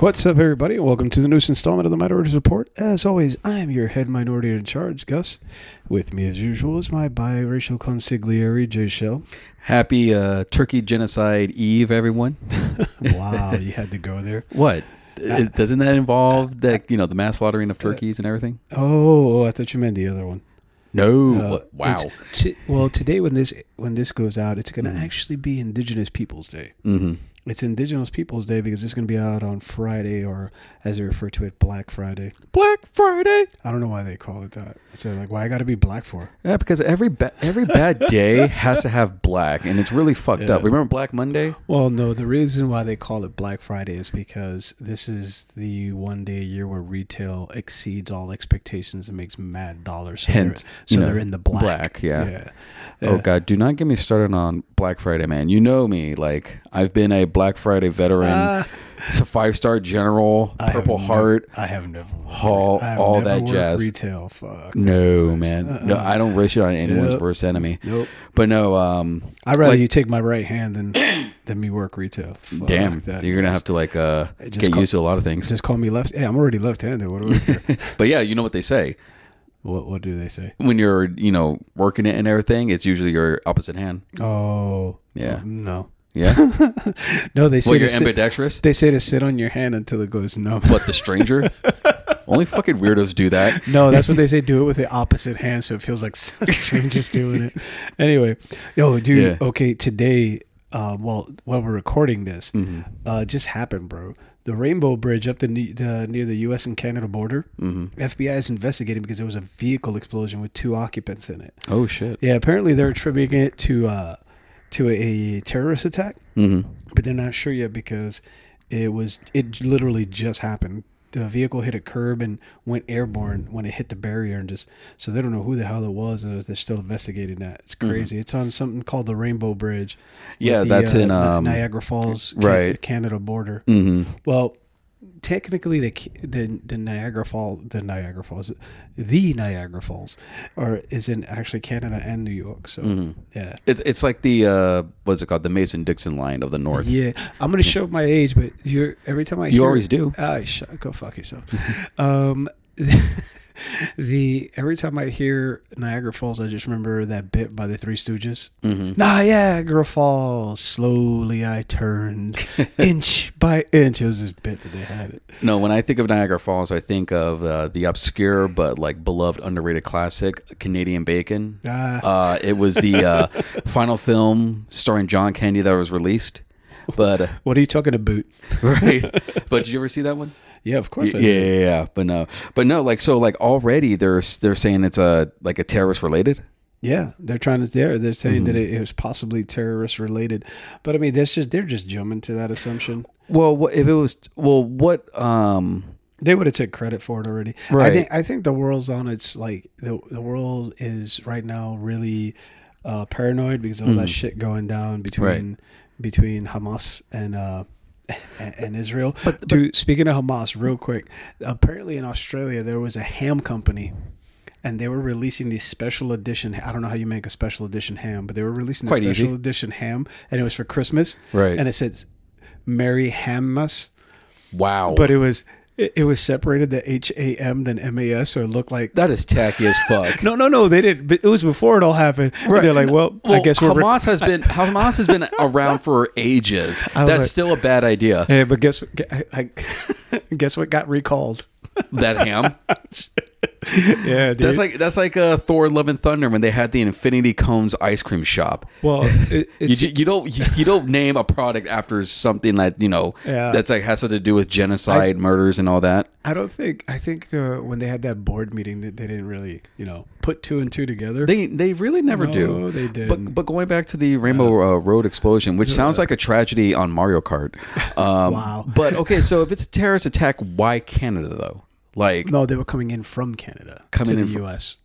What's up, everybody? Welcome to the newest installment of the Minorities Report. As always, I am your head minority in charge, Gus. With me, as usual, is my biracial consigliere, Jay Shell. Happy uh, Turkey Genocide Eve, everyone. Wow, you had to go there. What? It- Doesn't that involve that you know the mass slaughtering of turkeys and everything? Oh, I thought you meant the other one. No. Uh, What- wow. it's- t- well, today when this when this goes out, it's going to actually be Indigenous Peoples Day. hmm It's Indigenous Peoples Day because it's going to be out on Friday, or as they refer to it, Black Friday. Black Friday. I don't know why they call it that. It's like, why I got to be black for? Yeah, because every ba- every bad day has to have black, and it's really fucked up. Remember Black Monday? Well, no, the reason why they call it Black Friday is because this is the one day a year where retail exceeds all expectations and makes mad dollars. So Hence, they're, so you know, they're in the black. black, yeah. yeah. Oh God, do not get me started on Black Friday, man. You know me. Like I've been a Black Friday veteran, it's a five star general, I have Purple nev- Heart. I have never worked- all- I have all never that worked jazz. Retail, fuck. No, man. No, I don't wish it on anyone's Nope. worst enemy. Nope. But no, um, I'd rather Like- you take my right hand than than me work retail. Fuck Damn, that. you're gonna have to like uh, just get call- used to a lot of things. just call me left. Hey, I'm already left-handed. What do we care? But yeah, you know what they say what What do they say? when you're you know working it and everything, it's usually your opposite hand. Oh, Yeah. no, Yeah, no. They say well to you're sit- ambidextrous, They say to sit on your hand until it goes numb. but the stranger. Only fucking weirdos do that. No, that's what they say. Do it with the opposite hand, so it feels like strangers doing it. Anyway, yo, dude. Yeah. Okay, today, uh, well, while we're recording this, uh, it just happened, bro. The Rainbow Bridge up the ne- uh, near the U.S. and Canada border. FBI is investigating because there was a vehicle explosion with two occupants in it. Oh shit. Yeah, apparently they're attributing it to uh, to a terrorist attack, mm-hmm. but they're not sure yet because it was it literally just happened. The vehicle hit a curb and went airborne when it hit the barrier, and just so they don't know who the hell it was. And they're still investigating that. It's crazy. It's on something called the Rainbow Bridge. with Mm-hmm. Yeah, the, uh, that's in, Ni- um, Niagara Falls, Ca- right. Canada border. Mm-hmm. Well, technically, the Ca- the, the Niagara Falls, the Niagara Falls, the Niagara Falls, or is in actually Canada and New York. So Mm-hmm. yeah, It's it's like the uh, what's it called? The Mason Dixon line of the North. yeah. I'm gonna show my age, but you're every time I You always do. I shut, go fuck yourself. um, the every time I hear Niagara Falls, I just remember that bit by the Three Stooges. Mm-hmm. Niagara Falls, slowly I turned, inch by inch. It was this bit that they had it. No, when I think of Niagara Falls, I think of uh, the obscure but like beloved, underrated classic, Canadian Bacon. Ah. Uh, it was the uh, final film starring John Candy that was released. But uh, What are you talking about? right, but did you ever see that one? Yeah, of course. Yeah, I did. yeah, yeah, yeah. But no, but no, like so, like already they're they're saying it's a like a terrorist related. Yeah, they're trying to. They're they're saying that Mm-hmm. it, it was possibly terrorist related, but I mean, that's just they're just jumping to that assumption. Well, what, if it was, well, what? um They would have took credit for it already. I Right. think I think the world's on its like the the world is right now really uh, paranoid because of all Mm-hmm. that shit going down between between Hamas and. Uh, and, and Israel. Dude, speaking of Hamas, real quick, apparently in Australia there was a ham company, and they were releasing these special edition. I don't know how you make a special edition ham, but they were releasing the Quite easy. special edition ham, and it was for Christmas. Right. and it said "Merry Hammas," Wow, but it was it, it was separated the H A M then M A S, so it looked like. that is tacky as fuck. no, no, no. They didn't. But it was before it all happened. And Right. They're like, well, I guess we're. rec- Hamas has been Hamas has been around for ages. was That's like- still a bad idea. Hey, but guess I, I, guess what got recalled? That ham. Yeah, dude. That's like that's like uh, Thor: Love and Thunder when they had the Infinity Cones ice cream shop. well, it, You, it's ju- you don't you, you don't name a product after something that you know Yeah. that's like has something to do with genocide, murders, and all that. I don't think I think the when they had that board meeting that they didn't really you know put two and two together. They they really never No, do. they didn't. But but going back to the Rainbow uh, Road explosion, which sounds like a tragedy on Mario Kart. Um, Wow. But okay, so if it's a terrorist attack, why Canada though? Like no, they were coming in from Canada Coming to in the fr- U.S.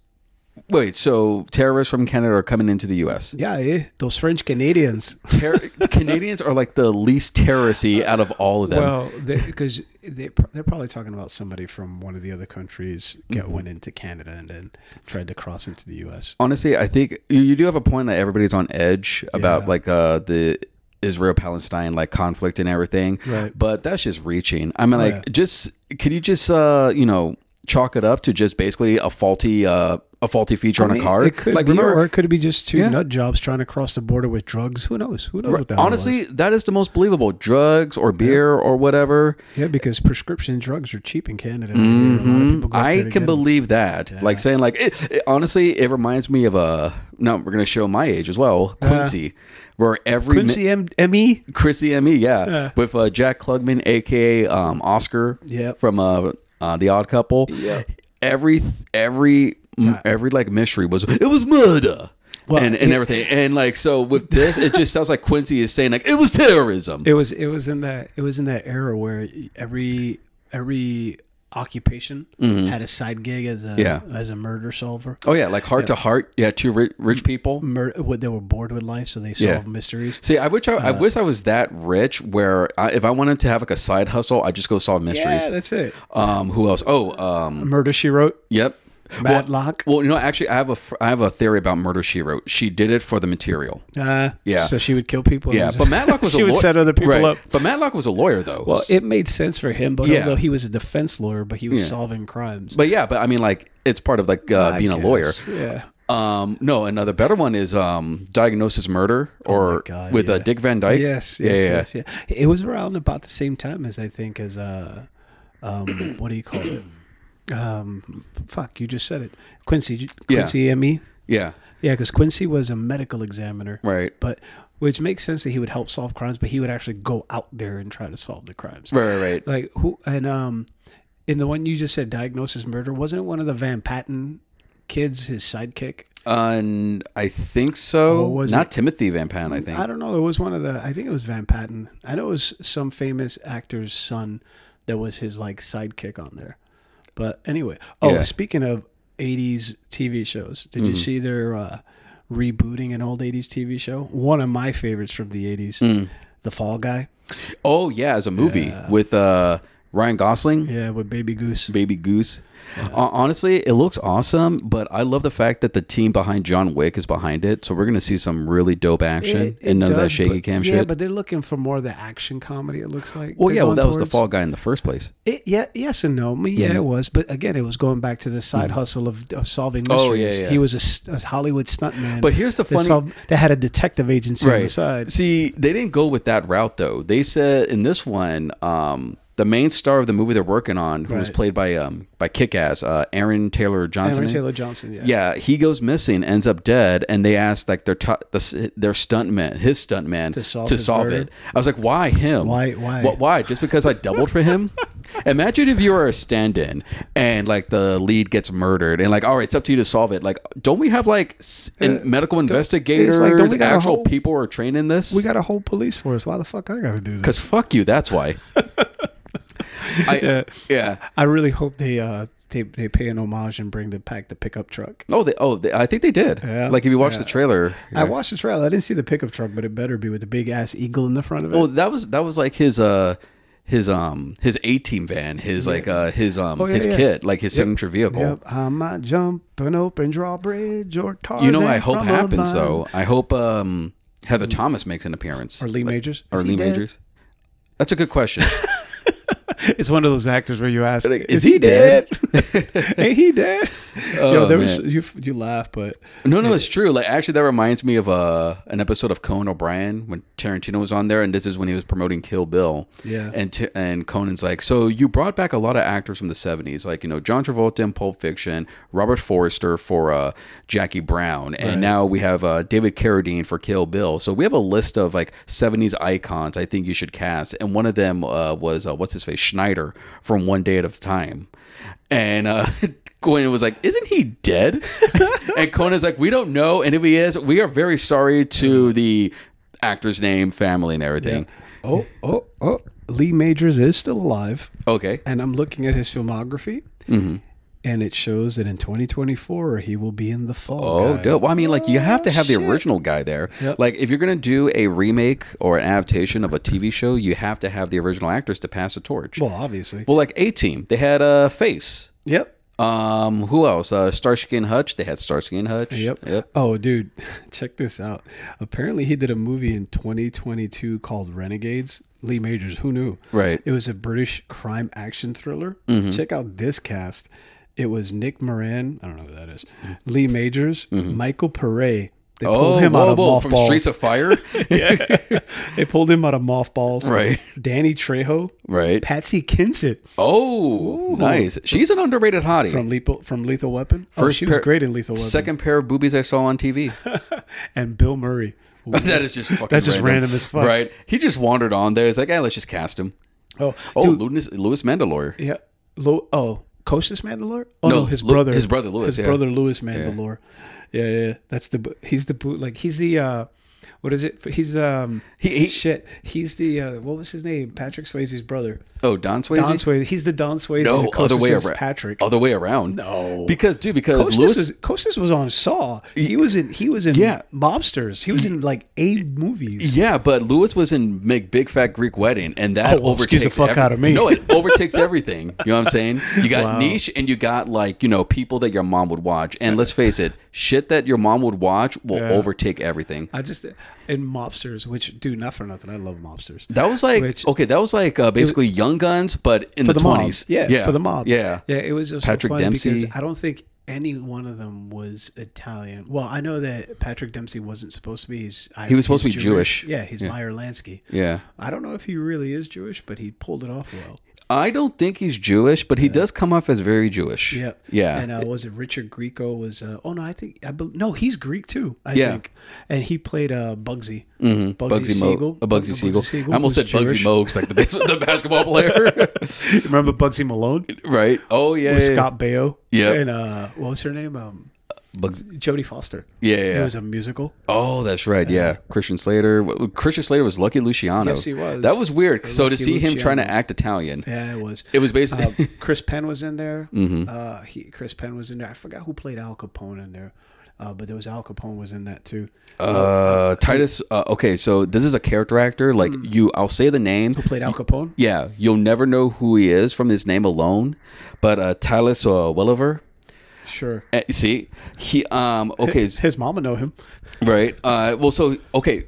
Wait, so terrorists from Canada are coming into the U.S. Yeah, eh, those French Canadians. Terror Canadians are like the least terroristy out of all of them. Well, because they, pr- they're probably talking about somebody from one of the other countries got went into Canada and then tried to cross into the U.S. Honestly, I think you, you do have a point that everybody's on edge about Yeah. like uh, the Israel Palestine like conflict and everything. Right. But that's just reaching. I mean, like, yeah. just could you just uh, you know chalk it up to just basically a faulty uh a faulty feature on I mean, a card? It could like, be, remember, or it could be just two Yeah. nut jobs trying to cross the border with drugs. Who knows? Who knows what the hell it honestly, was? that is the most believable. Drugs or beer or whatever. yeah, because prescription drugs are cheap in Canada. I hear a lot of people go up Mm-hmm. there I to can get 'em. believe that. Like saying like it, it- honestly, it reminds me of a no. We're gonna show my age as well, Quincy, where every mi- Quincy M- E? M.E. Chrissy M.E., yeah. Yeah. With uh, Jack Klugman, a.k.a. Um, Oscar Yep. from uh, uh, The Odd Couple. Yeah. Every, every, m every like mystery was, it was murder. Well, and, and it- everything. And like, so with this, it just sounds like Quincy is saying like, it was terrorism. It was it was in that it was in that era where every every occupation had a side gig as a Mm-hmm. Yeah. as a murder solver. oh yeah. Like heart to heart. Yeah. Two ri- rich people. Mur- what they were bored with life, so they Yeah. solved mysteries. See, I wish I, I wish I was that rich where I, if I wanted to have like a side hustle, I just go solve mysteries. Yeah, that's it. um, who else? Oh, um, Murder she wrote. yep. Well, Matlock. Well, you know, actually, I have a fr- I have a theory about Murder She Wrote. She did it for the material. Uh, Yeah. So she would kill people. Yeah, but Matlock was she a would law- set other people right. up. But Matlock was a lawyer though. Well, it made sense for him, but Yeah. although he was a defense lawyer, but he was Yeah. solving crimes. but yeah, but I mean, like it's part of like uh, I being a guess. lawyer. Yeah. Um, no, another better one is um, Diagnosis Murder or Oh God, with uh, yeah. Dick Van Dyke. Yes, yes, yeah, yeah. yes, yeah. It was around about the same time as I think as uh, um, what do you call it? Um, fuck, you just said it. Quincy, Quincy M.E. yeah, Yeah, because Quincy was a medical examiner, right, But which makes sense that he would help solve crimes, but he would actually go out there and try to solve the crimes. right, right, right. Like who and um, in the one you just said, diagnosis murder, wasn't it one of the Van Patten kids, his sidekick? And I think so. Oh, was Not Timothy Van Patten. I think. I don't know. It was one of the. I think it was Van Patten. I know it was some famous actor's son that was his like sidekick on there. But anyway, oh, Yeah. speaking of '80s TV shows, did you see they're uh, rebooting an old '80s TV show? One of my favorites from the '80s, The Fall Guy. oh yeah, as a movie with uh, Ryan Gosling. Yeah, with Baby Goose. Baby Goose. Hon- honestly, it looks awesome, but I love the fact that the team behind John Wick is behind it. So we're gonna see some really dope action It- it and none of that does, shaky but- cam yeah, shit. but they're looking for more of the action comedy. It looks like. well, They're yeah, well, going that was the towards- fall guy in the first place. It, yeah, yes and no. I mean, yeah, it was, but again, it was going back to the side hustle of, of solving mysteries. Mm. Oh, yeah, yeah. He was a s- a, Hollywood stuntman. But here's the that funny- solved- that had a detective agency on the side. See, they didn't go with that route though. They said in this one, um, the main star of the movie they're working on, who was Right. played by um by Kick-Ass, uh, Aaron Taylor Johnson. Aaron Taylor Johnson. Yeah. Yeah, he goes missing, ends up dead, and they ask like their t- the, their stuntman, his stuntman, to solve solve, his murder? it. I was like, why him? Why- why? Wh- why? Just because I doubled for him? Imagine if you were a stand-in and like the lead gets murdered, and like, all right, it's up to you to solve it. Like, don't we have like s- Uh, in- medical investigators, don't we got a actual whole- people who are trained in this? We got a whole police force. Why the fuck I got to do this? because fuck you. That's why. I, yeah. I really hope they uh they, they pay an homage and bring the pack the pickup truck. Oh, they, oh, they, I think they did. Yeah, Like if you watch the yeah. trailer, I watched the trailer. I didn't see the pickup truck, but it better be with the big ass eagle in the front of it. Well, Oh, that was that was like his uh his um his A team van, his like uh his um Oh, yeah, his yeah. kit, like his signature vehicle. yep, I'm a jumping open drawbridge or Tarzan. You know, I hope from a happens vine. though. I hope um Heather Thomas makes an appearance Or Lee Majors. or Is he Lee dead? Majors. That's a good question. It's one of those actors where you ask, Like, is he dead? Ain't he dead? Oh, Yo, there was man. you. You laugh, but No, no, it's true. Like actually, that reminds me of uh, an episode of Conan O'Brien when Tarantino was on there, and this is when he was promoting Kill Bill. Yeah. and t- and Conan's like, so you brought back a lot of actors from the '70s, like you know John Travolta in Pulp Fiction, Robert Forrester for uh, Jackie Brown, and now we have uh, David Carradine for Kill Bill. So we have a list of like '70s icons I think you should cast, and one of them uh, was uh, what's his face Schneider from One Day at a Time, and. Uh, Gwen was like, "Isn't he dead?" and Conan's like, "We don't know, and if he is, we are very sorry to the actor's name, family, and everything." oh, oh, oh. Lee Majors is still alive, Okay, and I'm looking at his filmography, Mm-hmm. and it shows that in 2024 he will be in the fall. Oh, Guy. dope. Well, I mean, like, you have to have the original guy there. Oh, Yep. Like, if you're going to do a remake or an adaptation of a TV show, you have to have the original actors to pass the torch. Well, Well, obviously. like, A Team, they had a uh, face. yep. Um, who else? Uh, Starsky and Hutch. They had Starsky and Hutch. Yep. Yep. Oh, dude, check this out. Apparently, he did a movie in 2022 called Renegades. Lee Majors. Who knew? Right. Mm-hmm. It was a British crime action thriller. Check out this cast. It was Nick Moran. I don't know who that is. Lee Majors, Michael Pere. They pulled Mm-hmm. Oh, him out whoa, of whoa, from mothballs. Streets of Fire. they pulled him out of mothballs. Right. Danny Trejo, right. Patsy Kinsett Oh, nice. She's an underrated hottie. from Lethal from Lethal Weapon. oh, First she was pair- great in Lethal Weapon. Second pair of boobies I saw on TV. and Bill Murray. that is just fucking That's just random as fuck. Right. He just wandered on there. It's like, hey, let's just cast him. Oh, Oh, dude, Louis, Louis Mandalore. yeah. Lo- oh, Costas Mandalore? Oh no, No, his Lu- brother. his brother Louis, His yeah. brother Louis Mandalore. Yeah. yeah, yeah. That's the bo- he's the boot like he's the uh what is it? He's um He- he- shit. He's the uh what was his name? Patrick Swayze's brother. Oh, Don Swayze. Don Swayze. He's the Don Swayze. no, and other Costas way is around. Oh, Patrick. Other way around. No. Because, dude, because Costas Louis. was, Costas was on Saw. He was in he was in Yeah. mobsters. He was in like A movies. yeah, but Lewis was in Make Big Fat Greek Wedding, and that Oh, well, excuse overtakes the fuck every- out of me. No, it overtakes everything. You know what I'm saying? You got niche, and you got like you know people that your mom would watch. And let's face it, shit that your mom would watch will overtake everything. I just in mobsters, which dude, not for nothing. I love mobsters. That was like Which- okay, that was like uh, basically Young Guns, but in the mob. twenties. Yeah, for the mob. Yeah, yeah. It was just so Patrick fun Dempsey. because I don't think any one of them was Italian. Well, I know that Patrick Dempsey wasn't supposed to be. He's He was supposed to be Jewish. Yeah, he's Meyer Lansky. yeah. I don't know if he really is Jewish, but he pulled it off well. I don't think he's Jewish, but he does come off as very Jewish. Yeah, yeah. And uh, was it Richard Grieco? Was uh, oh no, I think I bel no, he's Greek too. I Yeah. Mm-hmm. think, and he played uh, Bugsy. Bugsy, Siegel. Uh, Bugsy Siegel. I almost said who's Bugsy Jewish. Mogs, like the, bas- the basketball player. Remember Bugsy Malone? right. Oh, yeah. with yeah, yeah. Scott Baio. Yep. And uh, what was her name? Um, Bugsy- Jodie Foster. Yeah, yeah. It was a musical. Oh, that's right. Yeah. Christian Slater. W- w- Christian Slater was Lucky Luciano. Yes, he was. That was weird. So to Lucky see him Luciano. trying to act Italian, Yeah, it was. it was basically. Uh, Chris Penn was in there. Mm-hmm. Uh, he, Chris Penn was in there. I forgot who played Al Capone in there, uh, but there was Al Capone was in that too. Uh, Titus. Uh, okay, so this is a character actor. Like Hmm. you, I'll say the name. Who played Al Capone? Yeah, you'll never know who he is from his name alone. But uh, Titus uh, Welliver. Sure. Uh, see, he um okay s- His mama know him. right. Uh, well, so okay.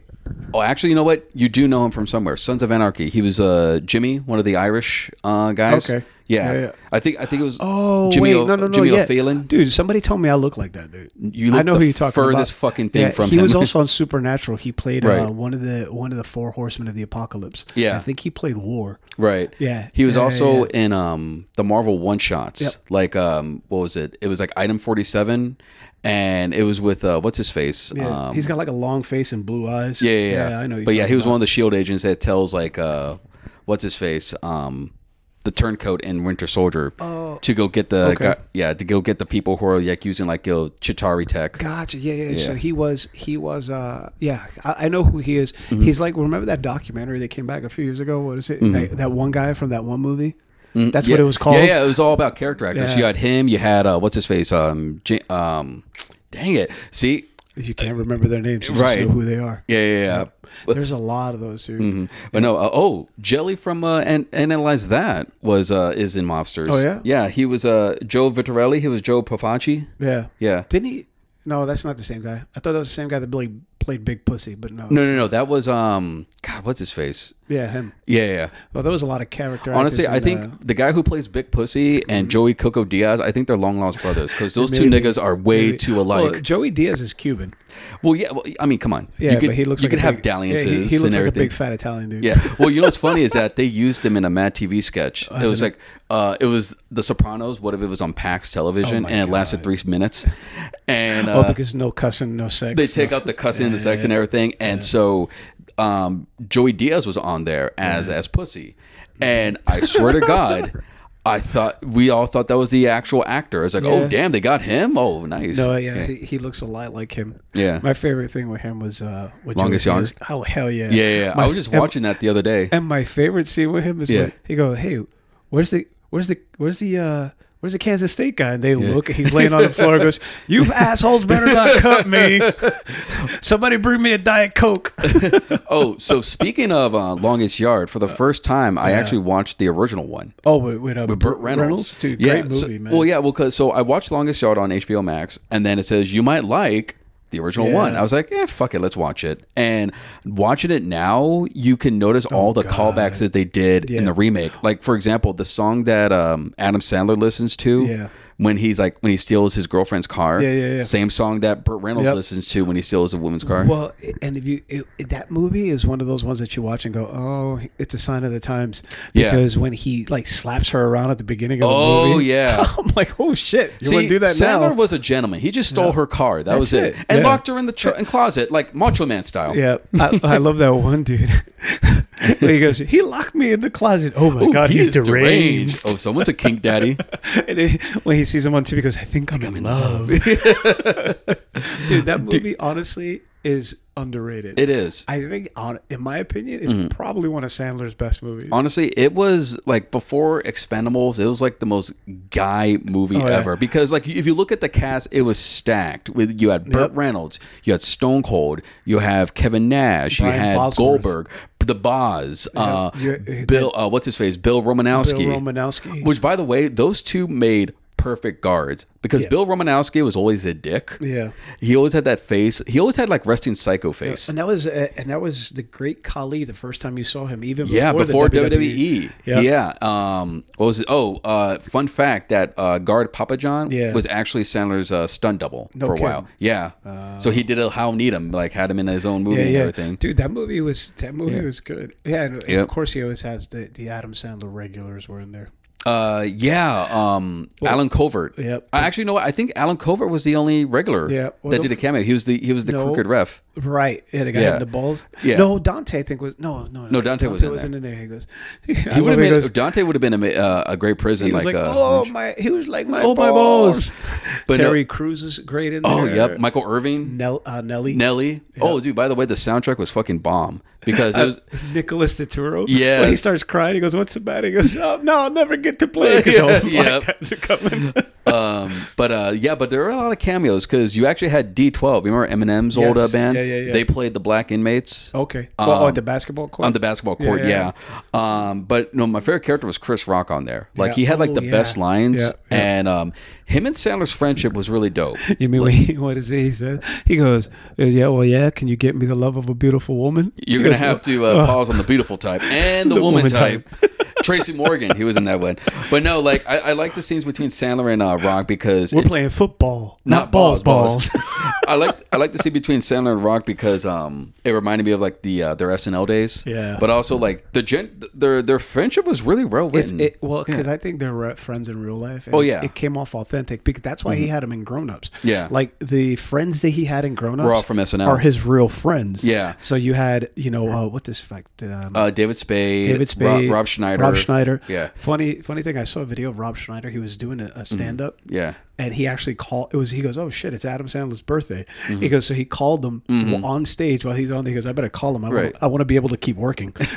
Oh, actually, you know what? You do know him from somewhere. Sons of Anarchy. He was uh Jimmy, one of the Irish uh guys. Okay. Yeah. Yeah, yeah. I think I think it was. Oh, Jimmy wait, O- no, no, no, Jimmy yeah. O'Fallon. dude. Somebody told me I look like that dude. You look I know the who you're talking furthest about. fucking thing from He him. was also on Supernatural. He played Right. uh, one of the one of the four horsemen of the apocalypse. Yeah. I think he played War. Right. Yeah. He was Yeah, also yeah, in um the Marvel one shots. Yep. Like um what was it? It was like item forty seven and it was with uh what's his face? Yeah, Um he's got like a long face and blue eyes. yeah, yeah, yeah. I know. who you're But yeah, talking he was about. one of the shield agents that tells like uh what's his face? Um the turncoat and Winter Soldier Oh. to go get the Okay. guy, yeah to go get the people who are like using like you know, Chitari tech. Gotcha. Yeah, yeah, So he was, he was, uh, yeah. I, I know who he is. Mm-hmm. He's like, remember that documentary that came back a few years ago? What is it? That, that one guy from that one movie. That's what Mm-hmm. Yeah. it was called. Yeah, yeah, it was all about character actors. Yeah. You had him. You had uh, what's his face? Um, J- um, dang it! See, You can't remember their names. You Right. Just know who they are. yeah, yeah, yeah. But- There's a lot of those. Dude. But no, uh, oh, Jelly from uh, and analyze that was uh, is in Mobsters. Oh, yeah? yeah. He was uh, Joe Vitarelli. He was Joe Papacci. Yeah. Yeah. Didn't he? No, that's not the same guy. I thought that was the same guy that Billy played Big Pussy, but no. No, no, no. That was um. God, what's his face? Yeah, him. Yeah, yeah. Well, there was a lot of character. Honestly, actors I in, think uh, the guy who plays Big Pussy and Joey Coco Diaz, I think they're long lost brothers because those two Mm-hmm. Maybe. niggas are way maybe- too Well, alike. Joey Diaz is Cuban. Well, yeah. Well, I mean, come on. Yeah, you could, but he looks. You like could a have big, dalliances Yeah, he, he and looks like a everything. big fat Italian dude. Yeah. Well, you know what's funny is that they used him in a Mad TV sketch. Oh, it was like uh, it was The Sopranos. What if it was on Pax Television and it lasted three minutes? And uh, Oh, because no cussing, no sex. they take out the cussing and the sex and everything. And so um, Joey Diaz was on there as as pussy. And I swear to God. I thought we all thought that was the actual actor. It's like, oh Yeah. damn, they got him. Oh, nice. No, yeah, He, he looks a lot like him. Yeah. My favorite thing with him was uh, with Longest Joey Yard? Diaz. Oh hell yeah! yeah, yeah. yeah. My- I was just and- watching that the other day. And my favorite scene with him is Yeah. when he go, "Hey, where's the, where's the, where's the, uh, where's the Kansas State guy? And they look, he's laying on the floor, goes, You assholes better not cut me. Somebody bring me a Diet Coke. oh, so speaking of uh, Longest Yard, for the first time, I actually watched the original one. oh, with, with, uh, With Burt Reynolds, Dude, yeah, great so- movie, man. Well, yeah, well, 'cause- so I watched Longest Yard on HBO Max, and then it says you might like the original Yeah. one. I was like, yeah, fuck it, let's watch it. And watching it now, you can notice Oh, all the callbacks that they did in the remake. Like for example, the song that um, Adam Sandler listens to. Yeah. When he's like when he steals his girlfriend's car, Yeah, yeah, yeah. same song that Burt Reynolds Yep. listens to when he steals a woman's car. Well, i- and if you it, it- that movie is one of those ones that you watch and go, "Oh, it's a sign of the times." Yeah. Because when he like slaps her around at the beginning of Oh, the movie, yeah. I'm like, "Oh shit, you See, want to do that Sandler now?" was a gentleman. He just stole her car. That was it, it. and Yeah. locked her in the tr- in closet like Macho Man style. yeah, I, I love that one dude. Where he goes, he locked me in the closet. Oh my Ooh, god, he he's is deranged. Oh, someone's a kink daddy. And then when he sees him on TV, he goes, "I think I'm, in, love." dude, that movie honestly is underrated. It Mm-hmm. is. I think, on, in my opinion, it's probably one of Sandler's best movies. Honestly, it was like before Expendables, it was like the most guy movie Oh, yeah. ever. Because like if you look at the cast, it was stacked with you had Yep. Burt Reynolds, you had Stone Cold, you have Kevin Nash, you Brian had Bosworth. Goldberg, the Boz, uh, you- you- Bill uh, what's his face? Bill Romanowski. Bill Romanowski. Which by the way, those two made perfect guards because Bill Romanowski was always a dick. Yeah. He always had that face. He always had like resting psycho face. And that was uh, and that was the great Kali the first time you saw him, even before Yeah, the E. before, E WWE. WWE. Yeah. Yeah. Um, what was it? Oh, uh, fun fact that uh, guard Papa John Yeah. was actually Sandler's uh, stunt double for a kidding. while. Yeah. so he did a Hal Needham, like had him in his own movie Yeah, and yeah. everything. dude, that movie was that movie was good. Yeah, and, and Yep. of course he always has the, the Adam Sandler regulars were in there. Uh, yeah. Um, Alan Covert. Yep. I actually know. what? I think Alan Covert was the only regular Yeah. Well, that the- did a cameo. He was the he was the No. crooked ref. Right, yeah, the guy Yeah. had the balls. Yeah. no, Dante I think was no, no, no. Dante was in wasn't there. in there. He goes, He would have been Dante would have been a, ma- uh, a great prison. He was like, like, uh, oh my, he was like my, Oh, my balls. But no- Terry Crews is great in there. oh yep, Michael Irving. Nell, uh, Nelly, Nelly. Oh, dude. By the way, the soundtrack was fucking bomb because it was. Nicholas Turturro. Yes. When he starts crying, he goes, "What's the matter?" He goes, "Oh no, I'll never get to play "Oh, because Yeah, all the black yep. guys are coming." um, but uh, yeah, but there are a lot of cameos because you actually had D12. You remember Eminem's old uh, Yes. band? Yeah, yeah, yeah. They played the black inmates okay. well, oh, Um, at the basketball court. on the basketball court. Yeah. Yeah, yeah, Um, but no, my favorite character was Chris Rock on there. Like Yeah. he had like Oh, the yeah. best lines, Yeah, yeah. and um, him and Sandler's friendship was really dope. you mean when he, what is it? He said he goes, uh, "Yeah, well, yeah. Can you get me the love of a beautiful woman?" You're He gonna goes, have to uh, pause on the beautiful type and the, The woman, woman type. Tracy Morgan, he was in that one. But no, like I, I like the scenes between Sandler and uh, Rock because We're it- playing football, not, balls, balls. I like I like to see between Sandler and Rock because um it reminded me of like the uh, their SNL days. Yeah. But also like the gen- their their friendship was really well It's, written. it, well, because I think they're re- friends in real life. and Oh, yeah. Mm-hmm. it came off authentic because that's why he had them in Grown Ups. Yeah. like the friends that he had in Grown Ups We're all from SNL. Are his real friends? Yeah. So you had, you know, uh, what this fact? Um, uh, David Spade, David Ro- Spade, Rob, Schneider, Rob Schneider. Yeah. Mm-hmm. Funny, funny thing. I saw a video of Rob Schneider. He was doing a, a stand up. Yeah. And he actually called. It was he goes, oh shit, it's Adam Sandler's birthday. Mm-hmm. He goes, so he called them on stage while he's on. He goes, I better call him. I Right. want, I want to be able to keep working.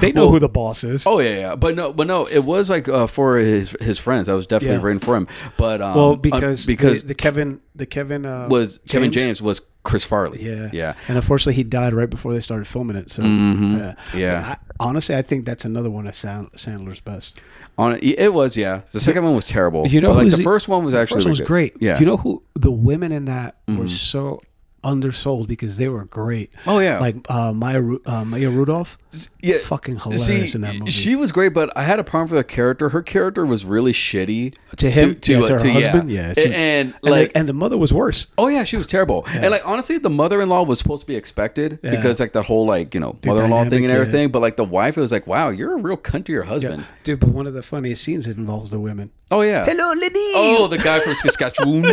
they know who the boss is. Oh yeah, yeah, but no, but no, it was like uh, for his his friends. I was definitely Yeah. written for him, but um, well, uh, because because the, the Kevin, the Kevin uh, was Kevin James was Chris Farley. Yeah. yeah, Mm-hmm. And unfortunately, he died right before they started filming it. So, yeah. Yeah. I, honestly, I think that's another one of Sand- Sandler's best. on it was yeah. The second one was terrible. You know, but, like who's the first one was the actually first one was really great. good. Yeah, Mm-hmm. You know who the women in that were so undersold because they were great. Oh, yeah. like uh, Maya Ru- uh, Maya Rudolph. yeah, fucking hilarious in that movie. She was great, but I had a problem with her character. Her character was really shitty uh, To him? Yeah, to her husband? Yeah, Yeah, she- A- and, and, like. the, and the mother was worse. Oh yeah, she was terrible. And like honestly, the mother-in-law was supposed to be expected because like that whole like you know mother-in-law thing dynamic, and yeah. everything. But like the wife, it was like, wow, you're a real cunt to your husband. Dude, but one of the funniest scenes it involves the women. Oh yeah. Hello, ladies. Oh, the guy from Saskatchewan,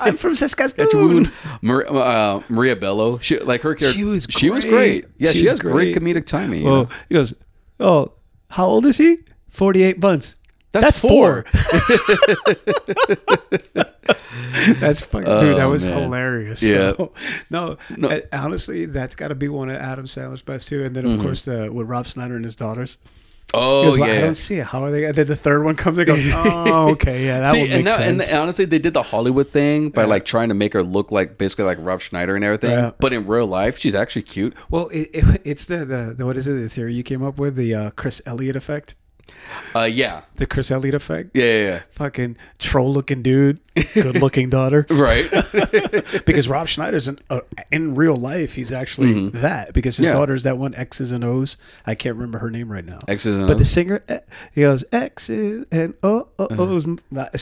I'm from Saskatchewan. Saskatchewan, Mar- uh, Maria Bello. She like her character. She was She was great. great. Yeah, she, She has was great. great. comedic timing. you Oh, know? he goes, oh, how old is he? Forty-eight months. That's that's fucking dude. That was Oh, man. hilarious. Yeah. no, uh, honestly, that's got to be one of Adam Sandler's best too. And then of course the with Rob Snyder and his daughters. Mm-hmm. Oh Because, yeah. well, I yeah. don't see it. How are they? Did the third one come? They go, oh, okay, yeah, that See, would and, make now, and sense. honestly, they did the uh, Hollywood thing by Yeah. like trying to make her look like basically like Rob Schneider and everything. Yeah. But in real life, she's actually cute. well, it, it, it's the, the the what is it? The theory you came up with the uh, Chris Elliott effect. Uh, yeah, The Chris Elliott effect. yeah, yeah, Fucking troll looking dude, good looking daughter. yeah. right. Because Rob Schneider's in, uh, in real life, he's actually that. Because his Mm-hmm. Yeah. daughter's that one X's and O's. I can't remember her name right now. X's and But the O's. singer, eh, he goes X's and O O Uh-huh. O's.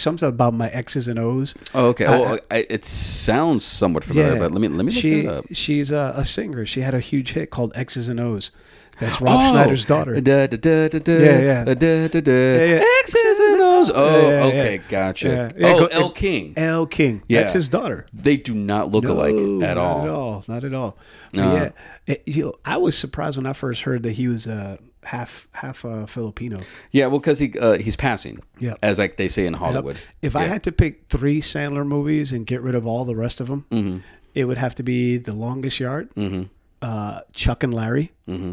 Something about my X's and O's. Oh, okay. well, I, it sounds somewhat familiar, but let me let me look she, that up. She's a, a singer. She had a huge hit called X's and O's. That's Rob Oh, Schneider's daughter. Da, da, da, da, da, Yeah, yeah. Da, da, da, da. yeah. X's and O's. Oh, Yeah, yeah, okay, yeah. gotcha. Yeah. Yeah, oh, go- eh, L King. L. King. That's Yeah. his daughter. they do not look alike No, at not all. At all. Not at all. But Uh-huh. yeah, it- you know, I was surprised when I first heard that he was uh, half half uh, Filipino. Yeah, well, because he uh, he's passing. Yeah. as like they say in Hollywood. If I had to pick three Sandler movies and get rid of all the rest of them, Mm-hmm. it would have to be The Longest Yard, uh, Chuck and Larry, Mm-hmm.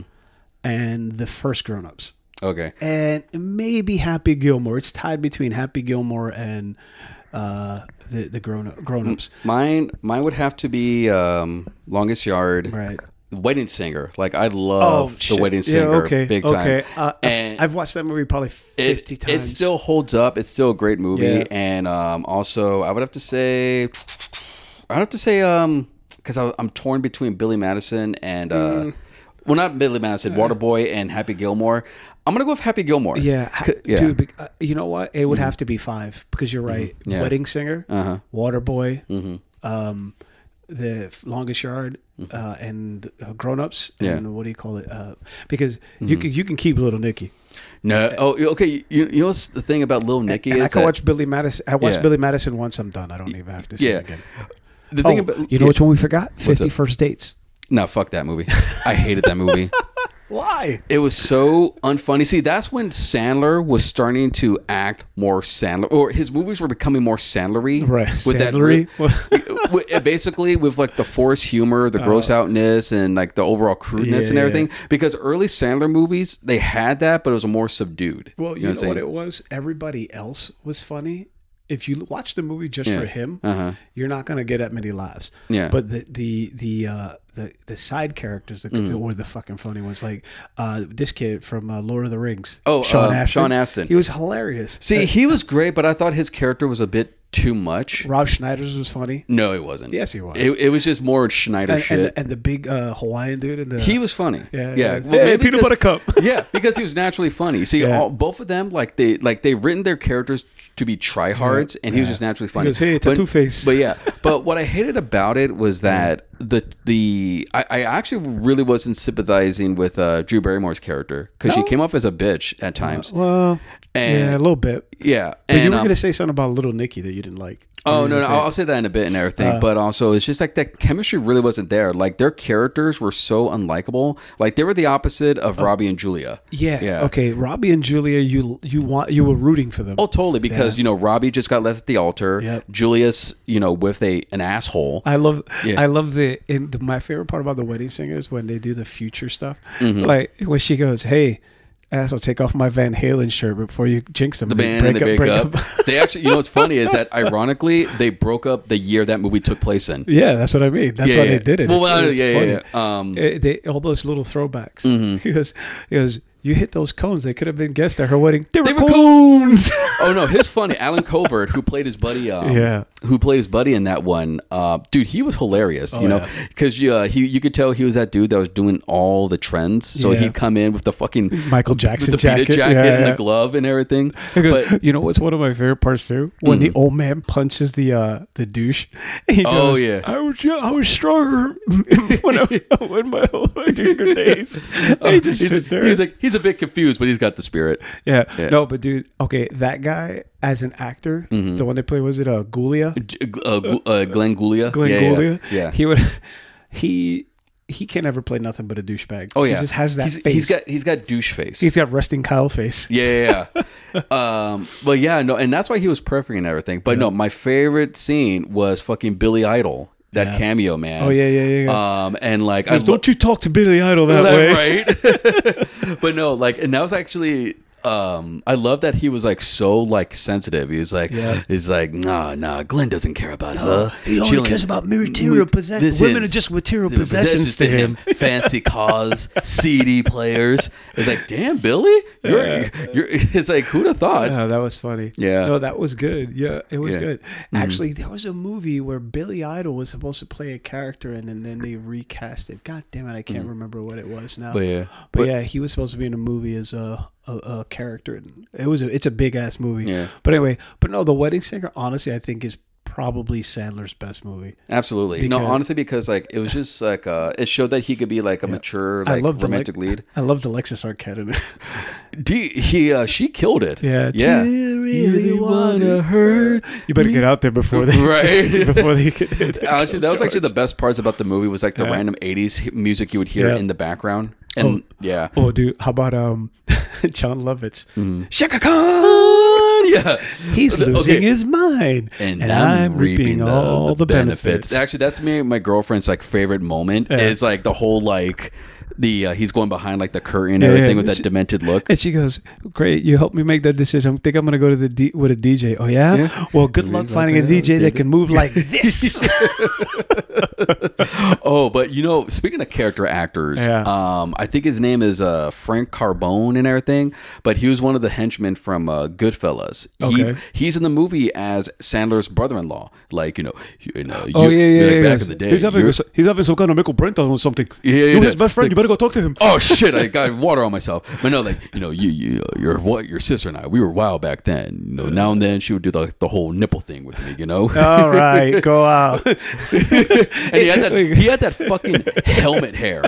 and The First Grown Ups. Okay. and maybe Happy Gilmore. It's tied between Happy Gilmore and uh, the the grown up, grown ups. Mine, mine would have to be um, longest yard, Right. Oh, Wedding singer. Like I love Oh, the wedding singer, big time. Uh, and I've watched that movie probably it, fifty times. it still holds up. It's still a great movie. Yeah. And um, also, I would have to say, I'd have to say, um, because I'm torn between Billy Madison and, uh, Mm-hmm. well, not Billy Madison, Waterboy and Happy Gilmore. I'm gonna go with Happy Gilmore. yeah, ha- C- yeah. Mm-hmm. dude. bec- uh, you know what? It would have to be five because you're right. Yeah. Uh-huh. Mm-hmm. Wedding singer, Waterboy, um, the F- longest yard, uh, and uh, grown ups. Yeah. Mm-hmm. And what do you call it? Uh, because you can you can keep Little Nicky. No. Oh, okay. You, you know what's the thing about Lil Nicky And is I can that- watch Billy Madison. I watched Yeah. Billy Madison once. I'm done. I don't even have to see Yeah. it again. The Oh, thing about you know yeah. which one we forgot? Fifty up? First Dates. No, fuck that movie. I hated that movie. Why? It was so unfunny. See, that's when Sandler was starting to act more Sandler, or his movies were becoming more Sandlery. Right, With Sandlery? that, wi- basically with like the forced humor, the gross outness, and like the overall crudeness Oh. Yeah, and yeah. everything. Because early Sandler movies, they had that, but it was more subdued. Well, you, know, I'm what saying? it was. Everybody else was funny. If you watch the movie just for him, you're not going to get that many laughs. Uh-huh. Yeah. But the the the uh, the, the side characters that Mm. were the fucking funny ones, like uh, this kid from uh, Lord of the Rings. Oh, uh, Sean Astin. He was hilarious. See, he was great, but I thought his character was a bit too much. Rob Schneider's was funny, No, it wasn't. Yes, he was. It, it was just more Schneider and, shit. and, and the big uh, Hawaiian dude in the He was funny. Yeah, Yeah, yeah. yeah. Hey, peanut butter cup. yeah, because he was naturally funny. See, Yeah. all, both of them like they like they written their characters to be tryhards, and he was just naturally funny. goes, "Hey, But- tattoo face." But yeah, but what I hated about it was that the the I, I actually really wasn't sympathizing with uh, Drew Barrymore's character because No? she came off as a bitch at times. Well, And- yeah, a little bit. yeah, But you were um, going to say something about Little Nicky that you didn't like. Oh You were no, no, gonna Uh. I'll I'll say that in a bit and everything. but also, it's just like that chemistry really wasn't there. Like their characters were so unlikable. Like they were the opposite of Robbie and Julia. Oh. Yeah. Yeah. Okay. Robbie and Julia, you you want you were rooting for them. Oh, totally. Because you know Robbie just got left at the altar. Yep. Julius, you know, with a an asshole. I love Yeah. I love the, in the my favorite part about the wedding singer is when they do the future stuff. Mm-hmm. Like when she goes, "Hey, asshole, take off my Van Halen shirt before you jinx them." The Man, and they break up. they actually, you know, what's funny is that ironically they broke up the year that movie took place in. yeah, that's what I mean. That's Yeah, why yeah. they did it. Well, It's yeah, yeah, funny. yeah, Mm-hmm. yeah. Um, Eh, they, all those little throwbacks. He goes, he goes, you hit those cones. They could have been guests at her wedding. They, They were, were cones. oh no, his funny Alan Covert, who played his buddy, um, Yeah. who played his buddy in that one. Uh, dude, he was Oh, hilarious. you know, because uh, he you could tell he was that dude that was doing all the trends. So Yeah. he'd come in with the fucking Michael with Jackson the jacket. pita jacket Yeah, and yeah. the glove and everything. Because But Mm. you know what's one of my favorite parts too? When the old man punches the uh, the douche. He Oh, goes, yeah. I was yo- I was stronger when I when my old my younger days. he just Uh, he's, sits there. he's like he's a bit confused, but he's got the spirit. yeah. Yeah. no, but dude, okay, that guy as an actor, Mm-hmm. the one they play was it uh, Gulia, G- Uh, Gu- uh, Glenn Gulia. Glenn yeah, Gulia. Yeah. yeah. he would he he can never play nothing but a douchebag. oh yeah. he just has that He's- face. He's got he's got douche face. he's got resting Kyle face. yeah, yeah, yeah. um, but yeah, no, and that's why he was perfect and everything. But no, my favorite scene was fucking Billy Idol that cameo, man. Oh yeah, yeah, yeah. yeah. Um, and like Like, lo- don't you talk to Billy Idol that, that way? right? but no, like, and that was actually. Um, I love that he was like so like sensitive. He was like, Yeah. Uh, he's like, nah, nah. Glenn doesn't care about her. Mm, He only cares about material possessions. listen, Women are just material the possessions, to him. Fancy cars, CD players. It's like, damn, Billy, you're, you're. It's like, who'd have thought? No, Oh, that was funny. Yeah. No, that was good. Yeah, it was Yeah. Mm-hmm. good. Actually, there was a movie where Billy Idol was supposed to play a character, and then, then they recast it. God damn it, I can't remember what it was now. Mm. But yeah. but, yeah, he was supposed to be in a movie as a a, a character. and It was a, it's a big ass movie. Yeah. But anyway, but no, The Wedding Singer. Honestly, I think is probably Sandler's best movie. Absolutely. no, Because- honestly, because like it was just like uh, it showed that he could be like a mature, I like love romantic lead. I love the Lexus Arquette in it. D, he uh, she killed it. Yeah. yeah. Do you really wanna hurt? You better get out there before they Right. before they get Actually, that was actually the best parts about the movie was like the Yeah. random '80s music you would hear Yeah. in the background, and yeah, Oh, dude, how about um, John Lovitz? Shaka Khan, Mm. Oh. yeah, He's Okay. losing his mind, and, I'm, reaping, the, all the benefits. Actually, that's me and my girlfriend's like favorite moment is like the whole like the uh, he's going behind like the curtain and Yeah, yeah. everything with that She- demented look. And she goes, "Great, you helped me make that decision. I think I'm gonna go to the D- with a DJ. Oh yeah? Yeah. Well, good Really luck like finding a that, DJ did that it? can move like this." Oh, but you know, speaking of character actors, Yeah. um, I think his name is uh, Frank Carbone and everything, but he was one of the henchmen from uh, Goodfellas. Okay. He, he's in the movie as Sandler's brother-in-law, like you know, you, you know, oh you- yeah, yeah, you're, like, yeah. back yeah. in the day. he's having you're- s- he's having some kind of Michael Brent or something. Yeah, yeah, You're yeah. his best friend. you better go talk to him. Oh shit! I got water on myself. But no, like you know, you, you your what your sister and I, we were wild back then. You know, now and then she would do the, the whole nipple thing with me. You know, All right, go out. and and he had that he had that fucking helmet hair.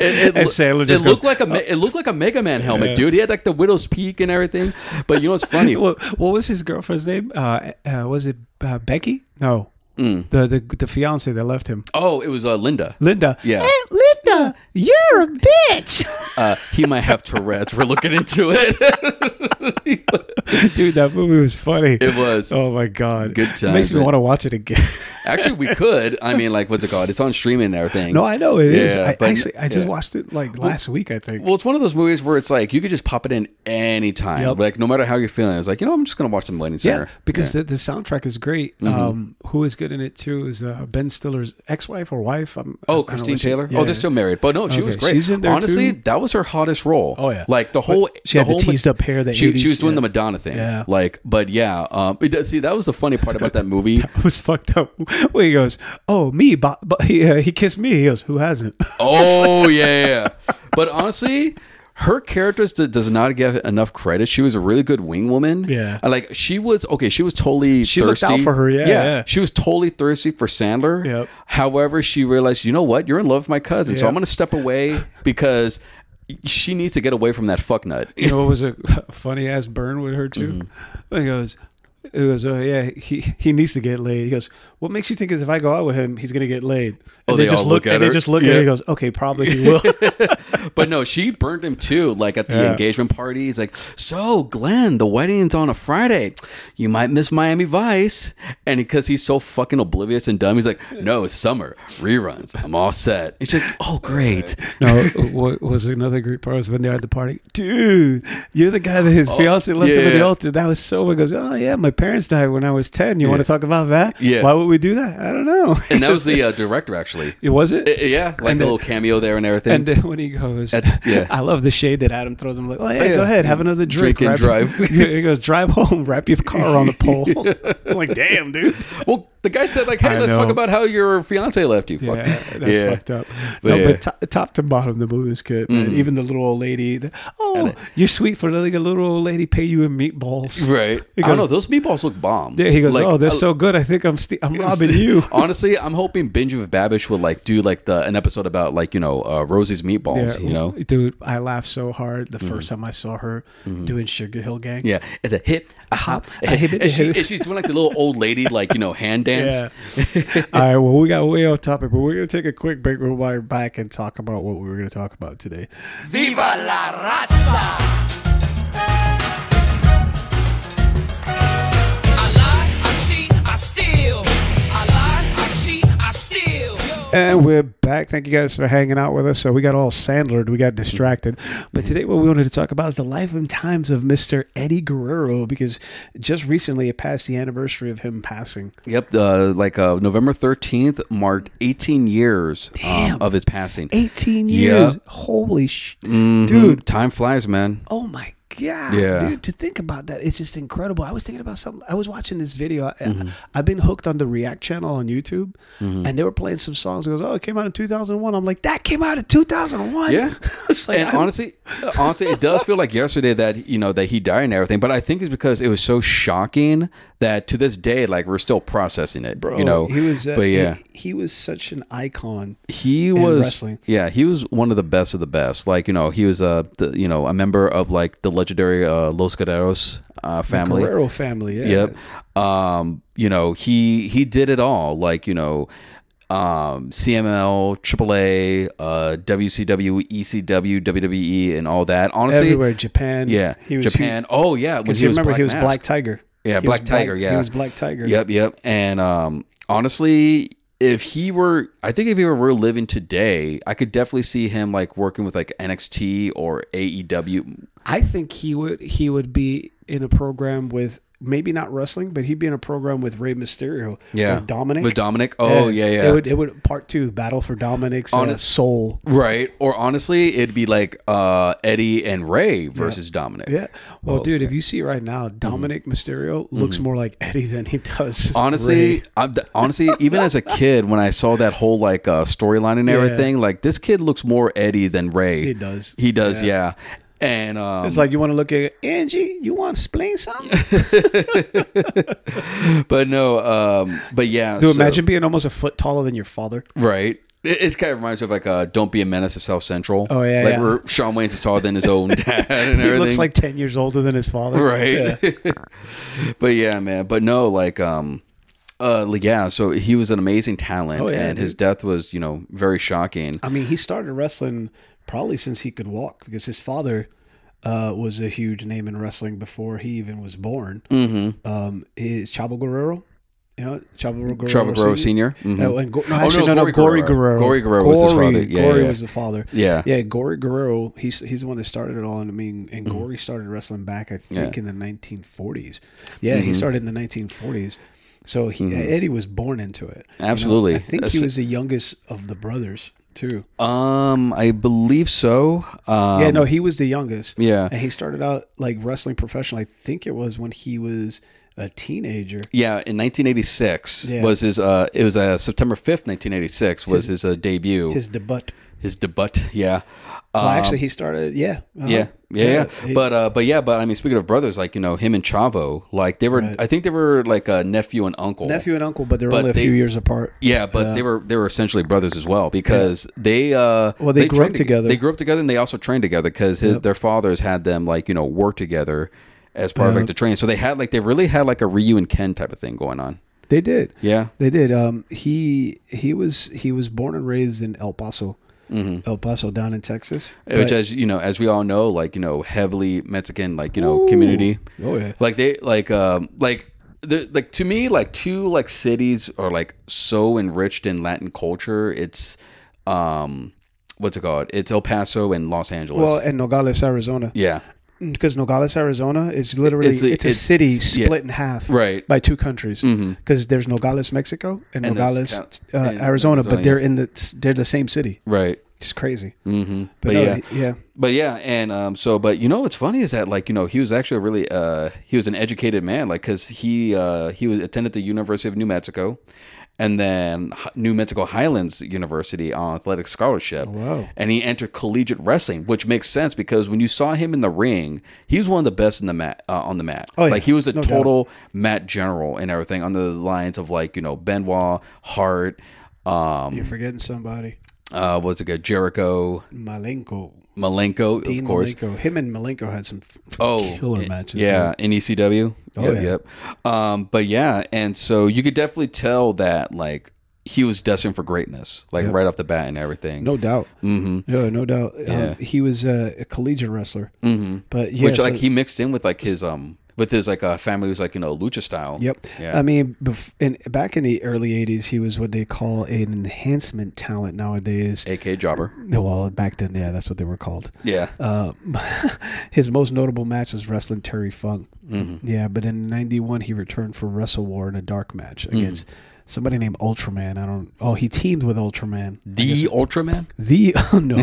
It, it, And loo- Sandler it just looked goes, "Oh." like a me- it looked like a Mega Man helmet, dude. He had like the widow's peak and everything. But you know what's funny? what, what was his girlfriend's name? Uh, uh, was it uh, Becky? No, Mm. the the the fiance that left him, Oh, it was uh, Linda. Linda. Yeah. Hey, Linda, you're a bitch, Uh, he might have Tourette's. We're looking into it. dude. That movie was funny. it was Oh my god, Good It makes times, me man. want to watch it again. actually we could. I mean, like what's it called? It's on streaming and everything. no, I know it is. Yeah, I but- actually I just yeah. watched it like last week. I think. Well, it's one of those movies where it's like you could just pop it in anytime. Yep. Like no matter how you're feeling, it's like you know I'm just gonna watch the Wedding yeah, Singer. because The, the soundtrack is great. Mm-hmm. Um, who is good in it too is uh, Ben Stiller's ex-wife or wife. I'm, I don't Oh, know Christine what she- Taylor. Yeah. Oh, they're still married, but no, she was Okay, great. she's in there Honestly, too. that was her hottest role. Oh, yeah. like the whole she had the whole teased up hair, the she, she 80s, was doing yeah. the Madonna thing. Yeah. like, but yeah, um, it does- see that was the funny part about that movie. was fucked up. Well, he goes, "Oh, me, but, but he, uh, he kissed me." He goes, "Who hasn't?" oh yeah, yeah, yeah. but honestly. Her character d- does not get enough credit. She was a really good wing woman. Yeah. And, like she was okay. She was totally She looked thirsty out for her, yeah, yeah. she was totally thirsty for Sandler. Yep. However, she realized, you know what? You're in love with my cousin, so Yep. I'm going to step away because she needs to get away from that fucknut. you know, it was a funny ass burn with her too. Mm-hmm. He goes, "He goes, oh yeah, he he needs to get laid." He goes, "What makes you think is if I go out with him, he's gonna get laid?" And Oh, they just all look at and her? they just look at her. Yeah. He goes, "Okay, probably he will." but no, she burned him too. Like at the Yeah. engagement party, he's like, "So, Glenn, the wedding's on a Friday. You might miss Miami Vice." And because he's so fucking oblivious and dumb, he's like, "No, it's summer reruns. I'm all set." And she's like, "Oh, great." no, what was another great part was when they were at the party, dude. You're the guy that his fiance left him at Oh, yeah. the altar. That was so. He goes, "Oh yeah, my parents died when I was ten. You want to talk about that? Yeah. Why would we do that? I don't know." And that was the uh, director, actually. it was it. Uh, Yeah, like a little cameo there and everything. And then when he goes, At- yeah. I love the shade that Adam throws him. Like, oh yeah, yeah. go ahead, have another drink, Drink and wrap- drive. he goes, drive home, wrap your car on the pole. I'm like, damn, dude. Well, the guy said like, "Hey, I let's know. talk about how your fiance left you." Fuck. Yeah, that's fucked up. But no, yeah. Mm. but to- top to bottom, the movie was good. man. Even the little old lady. the- oh, you're sweet for letting a little old lady pay you in meatballs. Right. I don't know. Those meatballs look bomb. Yeah, he goes, Like, oh, they're I- so good. I think I'm st- I'm robbing you. Honestly, I'm hoping Benjamin Babish would like do like the an episode about like you know uh, Rosie's meatballs. You know. Mm. dude, I laughed so hard the first time I saw her Mm-hmm. doing Sugar Hill Gang. Yeah, it's a hip, a hop, a hip, hip, and, she, hip. and she's doing like the little old lady, like you know, hand dance. All right. Well, we got way off topic, but we're gonna take a quick break. We'll be right back and talk about what we were gonna talk about today. ¡Viva la raza! I lie, I cheat, I steal. I lie, I cheat, I steal. And we're back. Thank you guys for hanging out with us. So we got all sandlered, we got distracted. But today, what we wanted to talk about is the life and times of Mr. Eddie Guerrero because just recently it passed the anniversary of him passing. Yep, uh, like uh, November 13th marked 18 years um, of his passing. 18 Yeah. years. Holy sh. Mhm. Dude, Time flies, man. Oh my god, Yeah. dude! To think about that, it's just incredible. I was thinking about something. I was watching this video. I, Mm-hmm. I, have been hooked on the React channel on YouTube, and they were playing some songs. It goes, "Oh, it came out in 2001." I'm like, "That came out in 2001." Yeah. it's like, and I- honestly, uh, honestly, it does feel like yesterday that you know that he died and everything. But I think it's because it was so shocking that to this day, like we're still processing it. bro, you know, he was. Uh, but yeah, he, he was such an icon. he was wrestling. yeah he was one of the best of the best like you know he was uh the, you know a member of like the legendary uh, los guerreros uh, family Guerrero family. Yeah. Yep. Um, you know, he he did it all. Like, you know, um, CML, AAA, uh, WCW, ECW, WWE, E, and all that. Honestly, Everywhere, Japan. yeah, he was Japan. oh yeah, when Because you remember, he was Mask. Black Tiger. Yeah, He Black was Tiger. yeah, he was Black Tiger. Yep, yep. And um, honestly, if he were, I think if he were living today, I could definitely see him like working with like NXT or E AEW. I think he would he would be in a program with maybe not wrestling, but he'd be in a program with Rey Mysterio. Yeah, with Dominic. With Dominic. Oh yeah, yeah. It would it would part two battle for Dominic's uh, Honest- soul. Right. Or honestly, it'd be like uh, Eddie and Ray versus Dominic. Yeah. Well, dude, if you see right now, Mm-hmm. Dominic Mysterio looks more like Eddie than he does. Honestly, Rey. I'm, th- honestly, even as a kid, when I saw that whole like uh, storyline and everything, like this kid looks more Eddie than Ray. He does. He does. Yeah. And um, it's like you want to look at Angie. You want to explain something? but no, um, but yeah. Dude, so- imagine being almost a foot taller than your father. Right. It, it's kind of reminds me of like uh, "Don't Be a Menace" to South Central. Oh, yeah, Like yeah. where Sean Wayne's is taller than his own dad and He everything. looks like ten years older than his father. right but yeah man but no like um uh like yeah so he was an amazing talent Oh, yeah, and his death was you know very shocking I mean, he started wrestling probably since he could walk because his father uh, was a huge name in wrestling before he even was born. Mm-hmm. Um, is Chavo Guerrero? You know, Chavo Guerrero. Chavo Guerrero Sr.? Mhm. No, and Uh, Go- no, Oh, actually, no, no, no, Gory Gory Guerrero. Guerrero. Gory Guerrero was his Gory- father. Yeah, Gory yeah. was the father. Yeah. yeah. Gory Guerrero. He's he's the one that started it all. And I mean, and Gory started wrestling back, I think, Mm-hmm. Yeah. Mm-hmm. in the 1940s. Yeah, he started in the 1940s. So he, Eddie was born into it. You know, Absolutely. I think That's- he was the youngest of the brothers too. um i believe so um Yeah, no, he was the youngest. yeah. And he started out like wrestling professional. I think it was when he was a teenager. yeah, in 1986 Yeah. was his. Uh, it was uh, September 5th, 1986 was his, uh, debut, his, His debut. debut. Yeah, Well, Um, actually, he started. Yeah. uh-huh. Yeah, yeah, yeah. he- but uh, but yeah, but I mean, speaking of brothers, like you know, him and Chavo, like they were. I think they were like a nephew and uncle. nephew and uncle, but they're But only a they- few years apart. Yeah, but they were they were essentially brothers as well because they uh Well, they grew up trained together. They grew up together and they also trained together because their fathers had them like you know work together as part of like the training. So they had like they really had like a Ryu and Ken type of thing going on. They did. Yeah. They did. Um, he he was he was born and raised in El Paso, Mm-hmm. El Paso down in Texas. Which, But- as you know, as we all know, like you know, heavily Mexican, like you know, community. oh yeah. like they like um like the like to me like two like cities are like so enriched in latin culture it's um what's it called it's el paso and los angeles Well, and Nogales, Arizona. yeah because Nogales, Arizona is literally It's it's a- a, it's- city yeah. split in half, Right. Mm-hmm. by two countries. Because there's Nogales, Mexico, and, And there's Nogales, Cal- uh, and Arizona, Arizona, but they're in the they're the same city. right It's crazy. mm-hmm. but, no, yeah yeah, but yeah and um so but you know what's funny is that like you know he was actually a really uh he was an educated man like because he uh he was attended the university of new mexico and then Hi- new mexico highlands university on athletic scholarship Oh, Wow. and he entered collegiate wrestling which makes sense because when you saw him in the ring he was one of the best in the mat uh, on the mat Oh, yeah. like he was a No doubt. total mat general and everything on the lines of like you know benoit hart um You're forgetting somebody. uh was it good jericho Malenko, malenko Dean of course Malenko. Him and Malenko had some Oh, killer i- matches. Yeah, in ECW. Oh, yep, yeah. yep. Um, but yeah, and so you could definitely tell that like he was destined for greatness, like right off the bat and everything. no doubt. hmm No, no doubt. Yeah. Um, he was a, a collegiate wrestler, hmm but uh, yeah, Which so- like he mixed in with like his um But there's like a family who's like you know lucha style. Yep. Yeah. I mean, bef- in, back in the early 80s, he was what they call an enhancement talent nowadays. AK Jobber. Well, back then, yeah, that's what they were called. Yeah. Uh, his most notable match was wrestling Terry Funk. Mm-hmm. Yeah, but in '91 he returned for Wrestle War in a dark match Mm-hmm. against somebody named Ultraman. I don't. Oh, he teamed with Ultraman. the Ultraman. The oh no,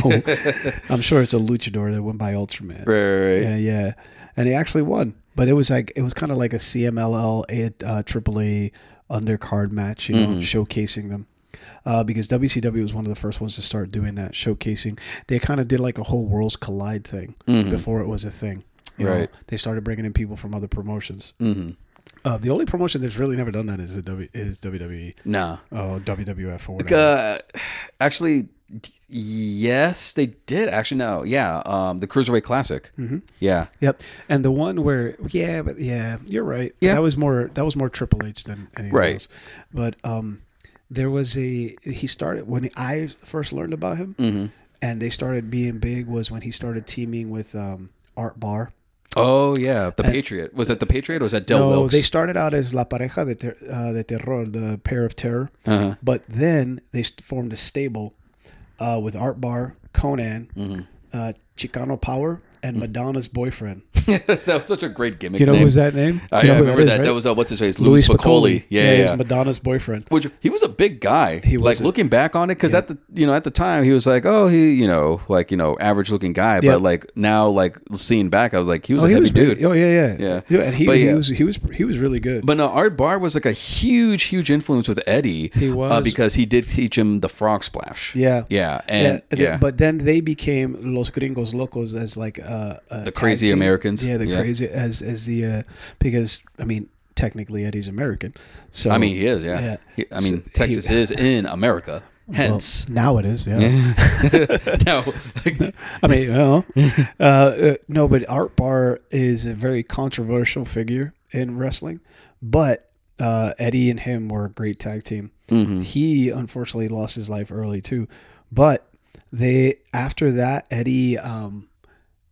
I'm sure it's a luchador that went by Ultraman. Right, right, right. Yeah, yeah, and he actually won. But it was like it was kind of like a CMLL a- uh, AAA undercard match, you know, Mm-hmm. showcasing them. Uh, because WCW was one of the first ones to start doing that, showcasing. They kind of did like a whole Worlds Collide thing before it was a thing. you know. Mm-hmm. Right. Mm-hmm. they started bringing in people from other promotions. Uh, the only promotion that's really never done that is the W is WWE, Nah. oh WWF or whatever. Uh, actually, d- yes, they did. Actually, no. Yeah. Um, the Cruiserweight Classic. Mm-hmm. Yeah. Yep. And the one where yeah, but yeah, you're right. Yeah. That was more that was more Triple H than anything Right. else. But um there was a he started when I first learned about him Mm-hmm. and they started being big was when he started teaming with um Art Barr. Oh yeah, the Patriot. Was that the Patriot or was that Del no, Wilkes? they started out as La Pareja de, ter- uh, de Terror, the pair of terror. Uh-huh. But then they st- formed a stable uh, with Art Bar, Conan, Mm-hmm. uh, Chicano Power, and Mm. Madonna's boyfriend. that was such a great gimmick. You know name. who's that name? I, You know I who remember is, that. right? That was uh, what's his face, Louis Spicoli. Yeah, yeah. he's yeah. Madonna's boyfriend. Which he was a big guy. He was like a- looking back on it because at the you know at the time he was like oh he you know like you know average looking guy Yeah. but like now like seeing back I was like he was Oh, a he heavy was dude. Really, oh yeah, yeah, Yeah. and he, But he yeah. was he was he was really good. But no, Art Barr was like a huge, huge influence with Eddie. He was. uh, because he did teach him the frog splash. yeah, yeah, and yeah, th- But then they became Los Gringos Locos as like uh, a The tag crazy team. Americans. Yeah, the Yeah. crazy as as the uh, because I mean technically Eddie's American, so I mean he is. Yeah, Yeah. He- I So mean he- Texas is in America. Hence, well, now it is. Yeah, no, I mean, well, uh, uh, no, but Art Barr is a very controversial figure in wrestling, but uh, Eddie and him were a great tag team. He unfortunately lost his life early too, but they after that Eddie um,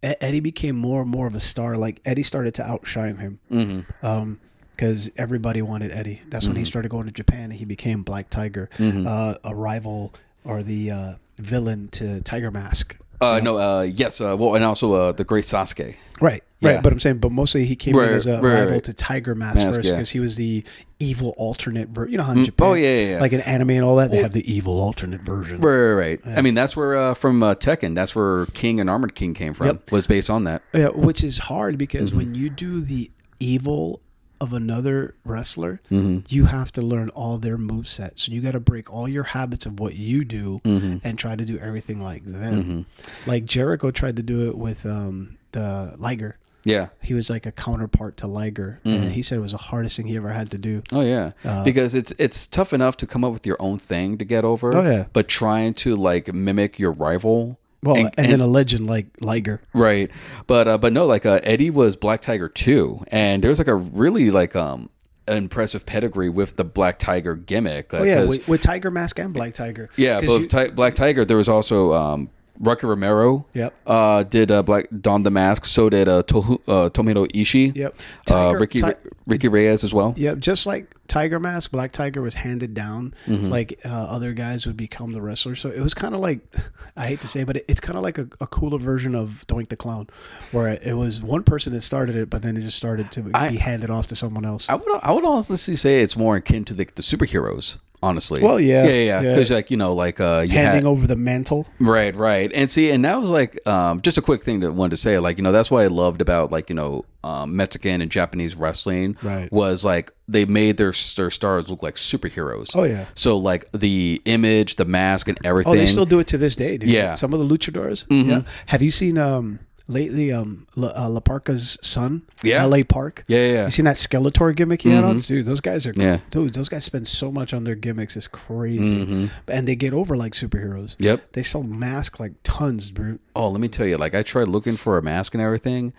E- Eddie became more and more of a star. Like Eddie started to outshine him. Um, because everybody wanted Eddie. That's when he started going to Japan and he became Black Tiger, uh, a rival or the uh, villain to Tiger Mask. uh, no, uh, yes. Uh, well, and also uh, the great Sasuke. Right, Yeah. right. But I'm saying, but mostly he came Right, in as a right, rival right. to Tiger Mask, Mask, first yeah. because he was the evil alternate version. You know how in Japan, oh, yeah, yeah, yeah. like in anime and all that, they have the evil alternate version. Right, right. right. I mean, that's where uh, from uh, Tekken. That's where King and Armored King came from. Was based on that. Yeah, which is hard Mm-hmm. because when you do the evil of another wrestler, Mm-hmm. you have to learn all their moveset. So you got to break all your habits of what you do Mm-hmm. and try to do everything like them. Like Jericho tried to do it with um, the Liger. Yeah. He was like a counterpart to Liger, Mm-hmm. and he said it was the hardest thing he ever had to do. Oh yeah, Uh, because it's it's tough enough to come up with your own thing to get over. Oh, yeah. but trying to like mimic your rival. Well, and, then a legend like Liger. Right, but uh, but no, like uh, Eddie was Black Tiger too, and there was like a really like um impressive pedigree with the Black Tiger gimmick. Like, Oh yeah, 'cause- with, with Tiger Mask and Black Tiger. yeah, 'Cause both you- ti- Black Tiger. There was also um, Rocky Romero. Yep. Uh, did uh, Black Don the Mask? So did uh, Tohu, uh Tomino Ishii. Yep. uh, Tiger- Ricky Ti- Ricky Reyes as well. yeah, just like Tiger Mask, Black Tiger was handed down. Mm-hmm. Like uh, other guys would become the wrestler. So it was kind of like, I hate to say, but it, it's kind of like a, a cooler version of Doink the Clown, where it was one person that started it, but then it just started to be handed off to someone else. I would I would honestly say it's more akin to the, the superheroes. Honestly, Well, yeah, yeah, yeah, yeah. because like you know, like uh, you had, handing over the mantle. Right, right. And see, and that was like um, just a quick thing that I wanted to say. Like, you know, that's what I loved about like, you know, um, Mexican and Japanese wrestling Right. was like they made their their stars look like superheroes. Oh, yeah. So like the image, the mask and everything. Oh, they still do it to this day, dude. Yeah. Mm-hmm. Some of the luchadors. Yeah. Have you seen um lately um La, uh, La Parca's son? Yeah. LA Park. Yeah, yeah, yeah. You seen that Skeletor gimmick he had on? Dude, those guys are Yeah. dude, those guys spend so much on their gimmicks, it's crazy. And they get over like superheroes. Mm-hmm. Yep. They sell masks like tons, bro. Oh, let me tell you, like I tried looking for a mask and everything.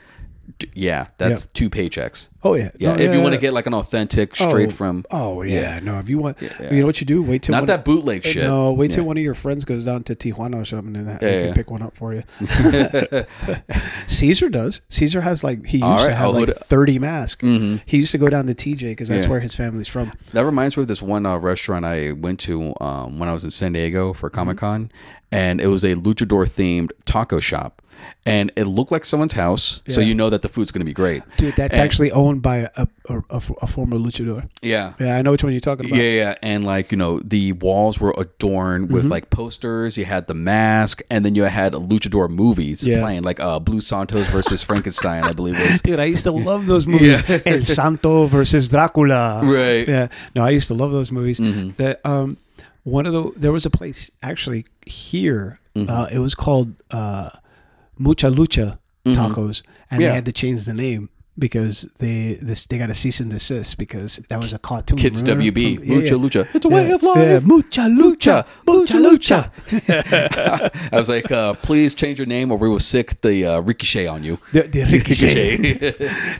D- yeah, that's Yeah. two paychecks. Oh yeah, Yeah, No, if you want to get like an authentic, straight Oh, from Oh yeah. no. If you want, yeah. you know what you do? Wait till not one- that bootleg shit. No, wait till Yeah. one of your friends goes down to Tijuana or something, and they Yeah, can yeah. pick one up for you. Caesar does. Caesar has like he used All to right, have I'll like hood- thirty masks. He used to go down to TJ because that's Yeah. where his family's from. That reminds me of this one uh, restaurant I went to um, when I was in San Diego Mm-hmm. for Comic Con, and it was a luchador themed taco shop, and it looked like someone's house, so Yeah. you know that the food's going to be great. Dude, that's And- actually owned by a, a, a, a former luchador. Yeah. Yeah, I know which one you're talking about. Yeah, yeah, and like you know, the walls were adorned Mm-hmm. with like posters. You had the mask, and then you had luchador movies Yeah. playing, like uh, Blue Santos versus Frankenstein, I believe it was. Dude, I used to love those movies. El Santo versus Dracula. Right. Mm-hmm. Yeah. No, I used to love those movies. That um, one of the there was a place actually here. Mm-hmm. Uh, it was called uh, Mucha Lucha Tacos, and Mm-hmm. Yeah. they had to change the name because they this they got a cease and desist because that was a cartoon. Kids remember? WB, From- yeah, Lucha yeah. Lucha. It's a Yeah, way of life. Yeah, Mucha Lucha, Mucha Lucha. I was like, uh, please change your name, or we will sick the uh, ricochet on you. The- the ricochet.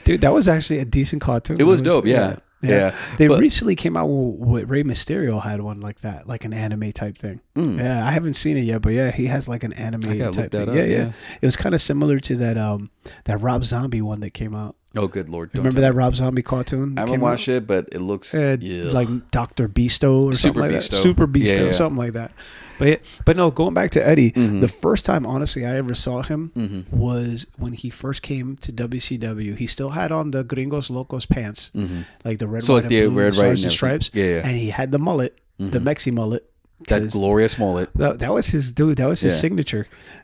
Dude, that was actually a decent cartoon. It was dope, yeah. Yeah. They But- recently came out with Ray Mysterio had one like that, like an anime type thing. Yeah, I haven't seen it yet, but yeah, he has like an anime Hmm. gotta type look that thing. up, yeah, yeah. yeah. It was kind of similar to that um that Rob Zombie one that came out. oh, good lord! Don't Remember tell that Rob Zombie cartoon? me. I came haven't out? watched it, but it looks Uh, Ugh. like Doctor Beasto or Super something like Beasto. that. Super Beasto, Yeah, Mm-hmm. yeah. something like that. But yeah, but no, going back to Eddie, the first time honestly I ever saw him Mm-hmm. was when he first came to WCW. He still had on the Gringos Locos pants, like the red, Mm-hmm. So, white, like, the and blue, red, the stars white, and and everything. stripes. Yeah, yeah. Mm-hmm. and he had the mullet, the Mexi mullet. that 'cause glorious mullet. That, that was his dude. That was his Yeah. Mm-hmm. signature.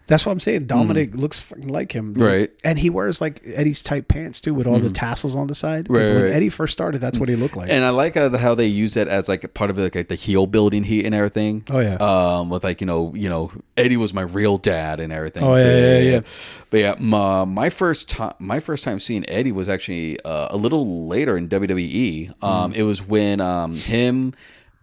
That's what I'm saying. Dominic looks fucking like him, Right. Mm-hmm. And he wears like Eddie's type pants too, with all the tassels on the side. 'Cause Right, When right. Eddie first started, that's what he looked like. And I like uh, how, how they use that as like a part of like, like the heel building heat and everything. Oh, yeah. um, with like you know you know Eddie was my real dad and everything. Oh, yeah, So, yeah, yeah. But yeah, my, my first time my first time seeing Eddie was actually uh, a little later in WWE. Mm. Um, it was when um him,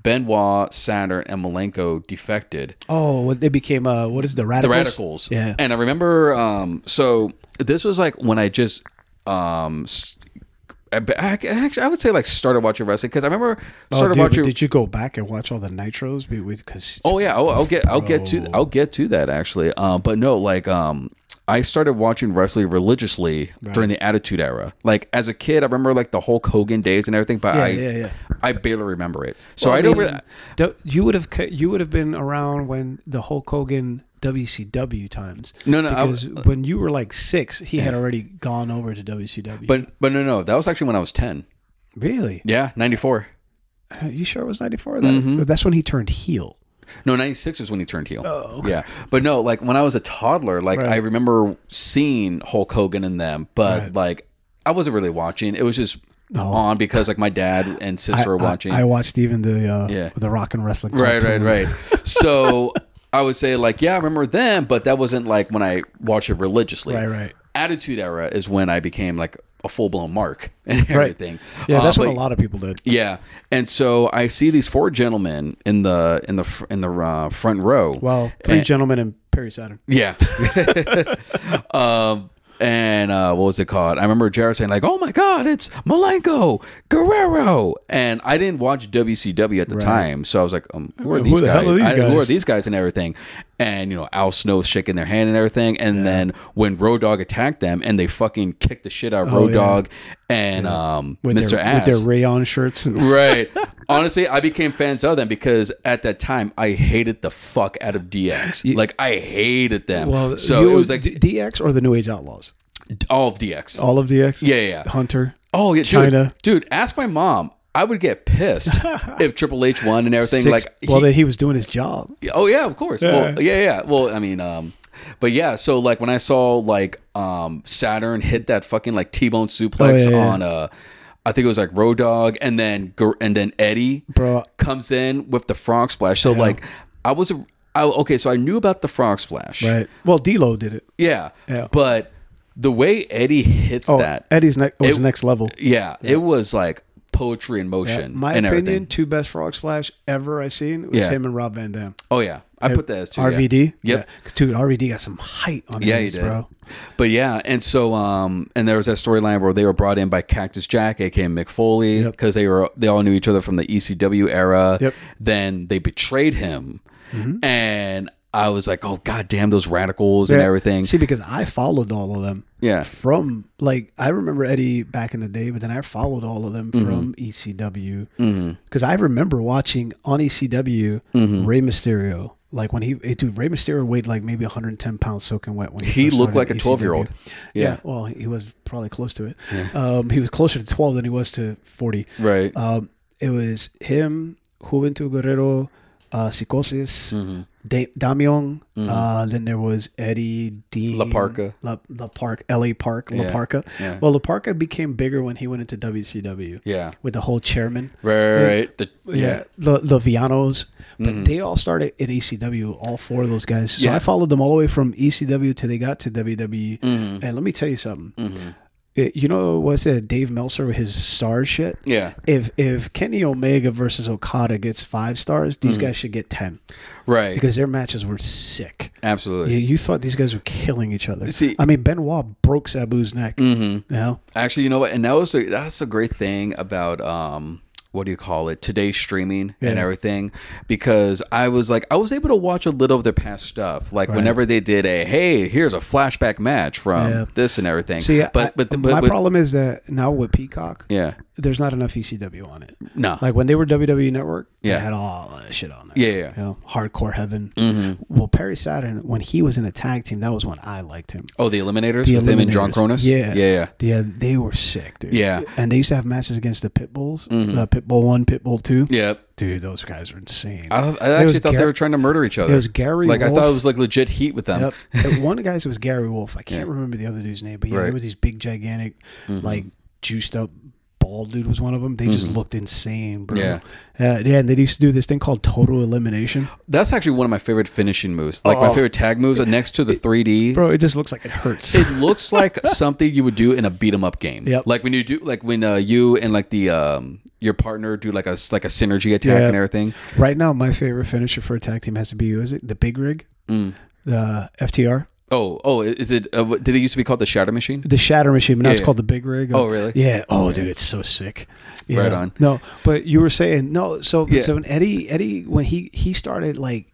Benoit, Saturn, and Malenko defected. Oh, when they became uh, what is it, the the radicals? radicals. Yeah. And I remember, um, so this was like when I just, um, s- I, I- actually, I would say like started watching wrestling because I remember Oh, started dude, but watching. Did you go back and watch all the nitros? Because Oh yeah, I'll, I'll get I'll get to Bro. I'll get to that actually. Um, but no, like um, I started watching wrestling religiously during the Attitude Era. Like as a kid, I remember like the Hulk Hogan days and everything, but I yeah, yeah. I barely remember it. So I, don't. Really, don't- you would have ca- you would have been around when the Hulk Hogan WCW times. No, no, I because when you were like six, he had already gone over to WCW. but but no no, that was actually when I was ten. really, Yeah, ninety four. Are you sure it was ninety four? That, Mm-hmm. That's when he turned heel. No, 96 was when he turned heel. Oh, Yeah. But no, like when I was a toddler, like I remember seeing Hulk Hogan and them, but like I wasn't really watching. It was just on because like my dad and sister were I- watching. I, watched even the uh, Yeah. the Rock and Wrestling. right, cartoon. right, right. so I would say like, yeah, I remember them, but that wasn't like when I watched it religiously. Right, right. Attitude Era is when I became like a full blown mark and Right. everything. Yeah, Uh, that's what but- a lot of people did. yeah, and so I see these four gentlemen in the in the fr- in the uh, front row. Well, three And- gentlemen and Perry Saturn. Yeah. um, and uh, what was it called? I remember Jared saying like, "Oh my God, it's Malenko Guerrero," and I didn't watch WCW at the time, so I was like, um, "Who are Who these the guys? hell are these I- Who are guys?" these guys and everything?" And you know, Al Snow shaking their hand and everything, and then when Road Dog attacked them, and they fucking kicked the shit out of Road Oh, yeah. Dog and um, with Mr. Their, Ass With their rayon shirts and Right. Honestly, I became fans of them because at that time I hated the fuck out of DX. like I hated them. Well, so you- it was like D- DX or the New Age Outlaws. all of DX. All of DX. Yeah, yeah, yeah. Hunter. oh yeah, dude, China. Dude, ask my mom. I would get pissed if Triple H won and everything. Six- like, well, he- that he was doing his job. oh yeah, of course. Well, yeah, yeah. Well, I mean, um, but yeah. So like when I saw like um Saturn hit that fucking like T-bone suplex Oh, yeah, yeah. on uh, I think it was like Road Dog, and then Gur- and then Eddie, Bro, comes in with the frog splash. So like I was a I, okay, so I knew about the frog splash. right. Well, D'Lo did it. Yeah. Yeah. But the way Eddie hits Oh, that, Eddie's ne- was It- next level. yeah, it was like poetry in motion My and opinion, everything. two best frog splash ever I seen was Yeah. him and Rob Van Dam. Oh yeah, I put that as two. yeah. RVD. Yep. Yeah. 'Cause Dude, RVD got some height on Yeah, he his, did. bro. But yeah, and so um, and there was that storyline where they were brought in by Cactus Jack, aka Mick Foley, Yep. because they were they all knew each other from the ECW era. Yep. Mm-hmm. Then they betrayed him, and I was like, oh god damn, those radicals and Yeah. everything. See, because I followed all of them. yeah, From like I remember Eddie back in the day, but then I followed all of them Mm-hmm. from E ECW because I remember watching on E ECW Mm-hmm. Ray Mysterio. Like when he, eh, dude, Ray Mysterio weighed like maybe 110 pounds soaking wet when He first looked started like a 12-year-old. ECW. Yeah. well, he was probably close to it. Um, he was closer to 12 than he was to 40. right. Um, it was him, Juventud Guerrero, uh, Psicosis, Mm-hmm. Da- Damion. Uh, then there was Eddie Dean. La Parca. La, La Park, LA Park, La Yeah, Parca. yeah. Well, La Parca became bigger when he went into WCW. yeah, With the whole chairman. right, right, right. The- yeah. Mm-hmm. The, the Vianos. But they all started in ECW, all four of those guys. So Yeah. I followed them all the way from ECW till they got to WWE. Mm-hmm. And let me tell you something. It- you know what's it? Dave Meltzer with his star shit? yeah, if if Kenny Omega versus Okada gets five stars, Hmm. these guys should get ten right, because their matches were sick. absolutely. You, you thought these guys were killing each other. See- I mean, Benoit broke Sabu's neck. Mm-hmm. You know, Actually, you know what? And that was the, that's the great thing about um, what do you call it? Today's streaming and Yeah. everything, because I was like, I was able to watch a little of their past stuff. Like whenever they did a, hey, here's a flashback match from Yeah. this and everything. see, I- but but, the, but my but- problem is that now with Peacock, yeah, there's not enough ECW on it. no, Like when they were WWE Network, Yeah. they had all that shit on there. Yeah, Mm-hmm. yeah, yeah. You know, hardcore heaven. Well, Perry Saturn, when he was in a tag team, that was when I liked him. oh, the Eliminators The with him and John Eliminators. Cronus. Yeah. yeah, yeah. Yeah, they were sick, dude. Yeah. Mm-hmm. And they used to have matches against the uh, Pitbulls, the Pitbull 1, Pitbull 2. Yep. Dude, those guys were insane. I, I There was actually thought they Gar- were trying to murder each other. was Gary Like I thought it Wolf. was like legit heat with them. Yep. And One of the guys was Gary Wolf. I can't remember the other dude's name, but yeah, Right. Mm-hmm. there was these big, gigantic, like juiced up bald dude was one of them. They just looked insane, bro. Yeah. Uh, yeah, and they used to do this thing called total elimination. That's actually one of my favorite finishing moves. Like my favorite tag moves are next to the 3D. Bro, Oh. it just looks like it hurts. it looks like something you would do in a beat 'em up game. Yep. Like when you do like when uh, you and like the um your partner do like a s- like a synergy attack Yeah. and everything. right now, my favorite finisher for a tag team has to be, who is it? The Big Rig? Mm. The FTR? Oh, oh, is it uh, what- did it used to be called the Shatter Machine? the shatter machine, but now Yeah, it's yeah. called the big rig. Oh, really? Yeah. Oh, dude, it's so sick. Yeah. Right on. No, but you were saying no. So, Yeah. Mm-hmm. so when Eddie, Eddie, when he he started like.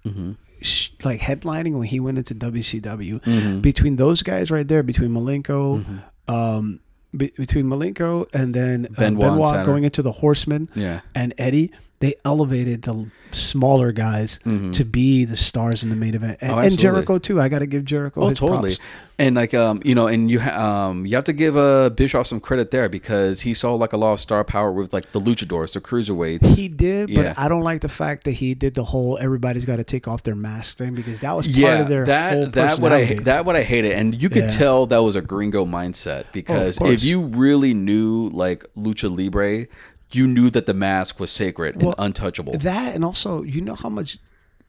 sh Like headlining when he went into WCW, Mm-hmm. between those guys right there, between Malenko, um, be, between Malenko and then uh, Benoit and Saturn. Benoit going into the Horsemen, Yeah. and Eddie, they elevated the l- smaller guys to be the stars in the main event, and, Mm-hmm. Oh, and absolutely. Jericho too. I got to give Jericho Oh, his totally. props. And like um, you know, and you ha- um, you have to give uh Bischoff some credit there because he saw like a lot of star power with like the luchadors, the cruiserweights. He did, but Yeah. I don't like the fact that he did the whole everybody's got to take off their mask thing because that was part of their that whole that what I personality. that what I hated, and you could Yeah. Oh, tell that was a gringo mindset because if course. you really knew like lucha libre, you knew that the mask was sacred Well, and untouchable. That and also, you know how much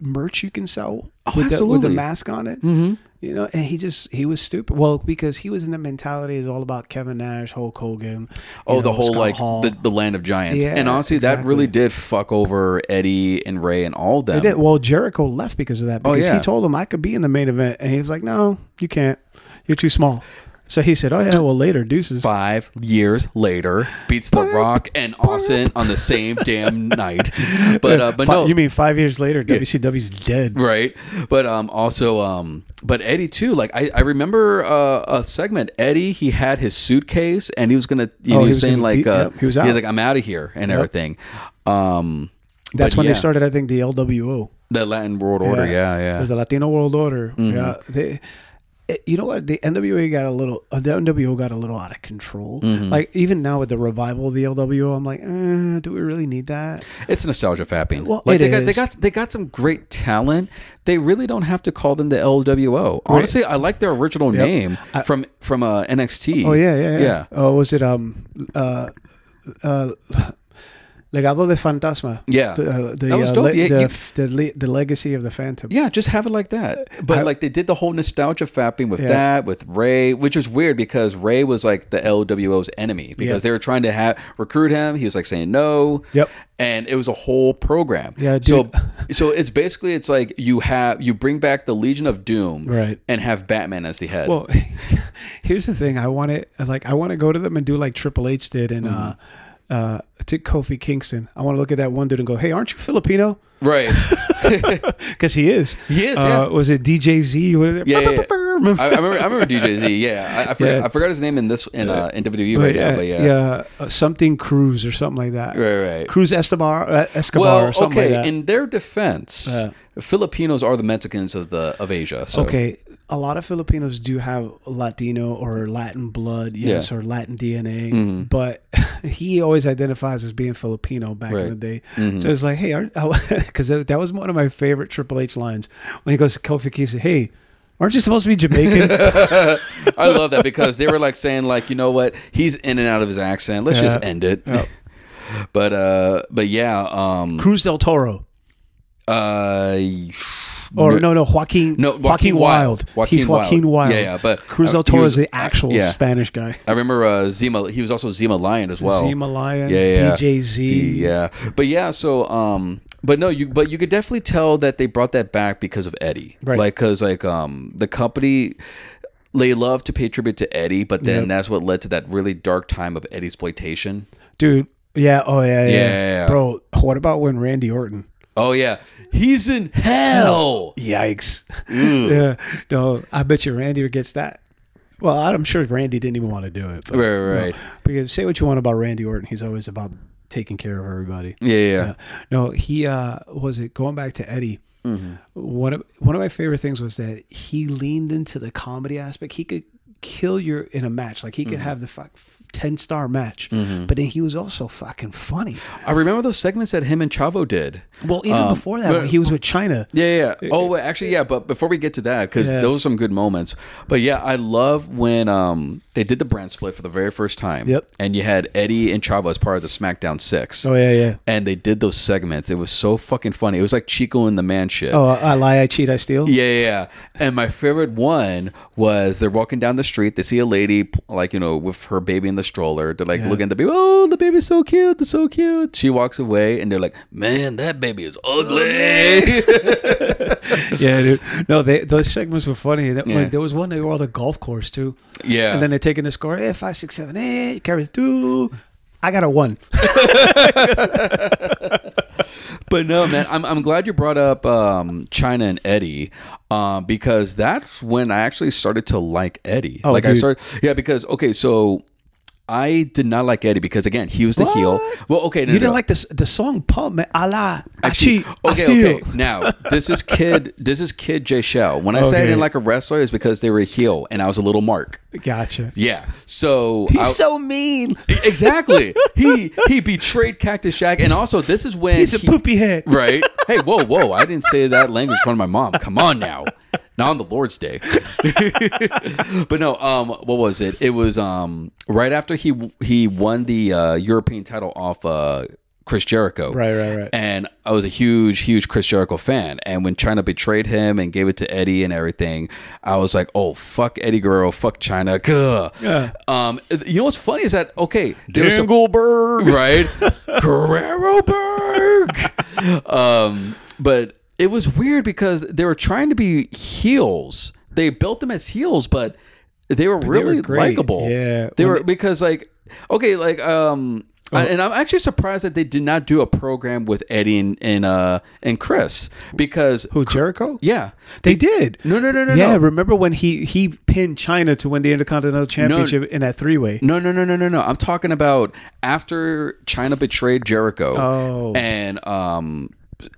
merch you can sell with, the, with the Oh, absolutely. mask on it. Mm-hmm. You know, and he just he was stupid. Well, because he was in the mentality is all about Kevin Nash, Hulk Hogan. you oh, the know, whole Scott like Hall. the, the land of giants, Yeah, and honestly, that really exactly. did fuck over Eddie and Ray and all of them. They did. Well, Jericho left because of that because Oh, yeah. he told him I could be in the main event, and he was like, "No, you can't. You're too small." So he said, "Oh yeah, well later, deuces." Five years later, beats The Rock and Austin on the same damn night. But uh, but Fi- no, you mean five years later, WCW's dead. right but um also um but eddie too like i, I remember uh, a segment eddie he had his suitcase and he was gonna you know, Oh, he he was was saying gonna like be- uh yep, he was out. like i'm out of here and everything um That's but when yeah, they started, I think, the LWO. the latin world order yeah yeah Mm-hmm. It was the Latino World Order. Yeah. They, it- you know what? The NWA got a little, uh, the NWO got a little out of control. Mm-hmm. Like, even now with the revival of the LWO, I'm like, eh, do we really need that? it's nostalgia fapping Well, like it they got they is. got they got some great talent they really don't have to call them the lwo honestly i like their original name from from uh nxt Oh, yeah, yeah, yeah. yeah Oh, was it, um, uh, uh, Legado de Fantasma. Yeah. The, uh, the, That was uh, dope. le- Yeah, the, you- f- the, le- the legacy of the Phantom. Yeah, just have it like that. But I- like they did the whole nostalgia fapping with Yeah. that, with Ray, which was weird because Ray was like the LWO's enemy because Yeah. they were trying to have recruit him. He was like saying no. Yep. And it was a whole program. Yeah, dude. So so it's basically it's like you have you bring back the Legion of Doom Right. and have Batman as the head. Well, here's the thing. I want to like I want to go to them and do like Triple H did and Mm-hmm. uh, uh, to Kofi Kingston. I want to look at that one dude and go, "Hey, aren't you Filipino?" right. Because he is. He is, Uh, yeah. Was it DJ Z? What is it? Yeah, yeah, yeah. I, I remember I remember DJ Z, yeah. I, I forgot Yeah. I forgot his name in this in uh in WWE But right yeah, now, but yeah. yeah, uh, something Cruz or something like that. Right, right. Cruz Escobar, uh, Escobar or Well, something okay. like that. in their defense, Filipinos are the Mexicans of the of Asia. So okay, a lot of Filipinos do have Latino or Latin blood, yes, Yeah. Mm-hmm. or Latin DNA, but he always identifies as being Filipino back in Right. Mm-hmm. the day. So it's like, hey, because that was one of my favorite Triple H lines when he goes to Kofi Kingston, hey, aren't you supposed to be Jamaican? I love that because they were like saying like, you know what, he's in and out of his accent. Let's just Yeah. end it. but uh, but yeah, um, Cruz del Toro. uh, Or no, no, Joaquin, No, Joaquin, Joaquin Wild. Wild. Joaquin He's Joaquin Wild. Wild. Yeah, yeah, but- Cruz uh, del he Toro was- is the actual yeah. Spanish guy. I remember uh, Zima. He was also Zima Lion as well. Zima Lion, yeah, yeah, yeah. DJ Z. yeah. But yeah, so um, but no, you but you could definitely tell that they brought that back because of Eddie, Right. Like because like um, the company. They love to pay tribute to Eddie, but then Yep. that's what led to that really dark time of Eddie exploitation. Dude, yeah, oh yeah, yeah. Yeah, yeah. Bro, what about when Randy Orton? Oh yeah, he's in hell. Yikes. Mm. yeah. No, I bet you Randy gets that. Well, I'm sure Randy didn't even want to do it. but- Right, right. Because say what you want about Randy Orton, he's always about taking care of everybody. Yeah, yeah. yeah. No, he uh was it going back to Eddie. Mm-hmm. One of one of my favorite things was that he leaned into the comedy aspect. He could kill you in a match, like he Mm-hmm. could have the fuck ten star match, but then he was also fucking funny. I remember those segments that him and Chavo did. Well, even Um, before that, when he was with China. Yeah, yeah, yeah. Oh, wait, actually, yeah. But before we get to that, because Yeah. those are some good moments. But yeah, I love when um they did the brand split for the very first time. Yep. And you had Eddie and Chavo as part of the SmackDown Six. Oh yeah, yeah. And they did those segments. It was so fucking funny. It was like Chico and the Man shit. Oh, I lie, I cheat, I steal. Yeah, yeah, yeah. And my favorite one was they're walking down the street. They see a lady, like, you know, with her baby in the stroller. They're like Yeah. looking at the baby. Oh, the baby's so cute. They're so cute. She walks away and they're like, man, that baby is ugly. yeah, dude. No, they, those segments were funny. That- Yeah. Like, there was one they were on the golf course too. Yeah. And then they're taking the score. Eh, five, six, seven, eight. Carry through. I got a one. but no, man, I'm, I'm glad you brought up um, China and Eddie um, because that's when I actually started to like Eddie. Oh, like I dude. started, yeah, because okay, so I did not like Eddie because again, he was the heel. What? Well, okay, no, you no, didn't no. like the s- the song "Pump Man"? Allah, I Actually, cheat, I steal. Now this is kid. This is kid Jay Shell. When I say I Okay. didn't like a wrestler, it's because they were a heel and I was a little mark. Gotcha. Yeah. So He's I- so mean. exactly. he he betrayed Cactus Jack, and also this is when He's a he- poopy head. Right. Hey, whoa, whoa! I didn't say that language in front of my mom. Come on now. Not on the Lord's Day. but no. Um. What was it? It was um. Right after he he won the uh, European title off uh. Chris Jericho. Right, right, right. And I was a huge, huge Chris Jericho fan. And when China betrayed him and gave it to Eddie and everything, I was like, oh, fuck Eddie Guerrero, fuck China. Gah. Yeah. Um, you know what's funny is that, okay, there was some- Engelberg. right? Guerrero Berg. um, but it was weird because they were trying to be heels. They built them as heels, but they were really great. likable. Yeah. they When Oh. were because like okay, like um. I- and I'm actually surprised that they did not do a program with Eddie and, and uh and Chris because Who Jericho? yeah They did. no no no no yeah, no remember when he he pinned China to win the Intercontinental Championship in that three way? No, no, no, no, no, no. I'm talking about after China betrayed Jericho Oh. and um,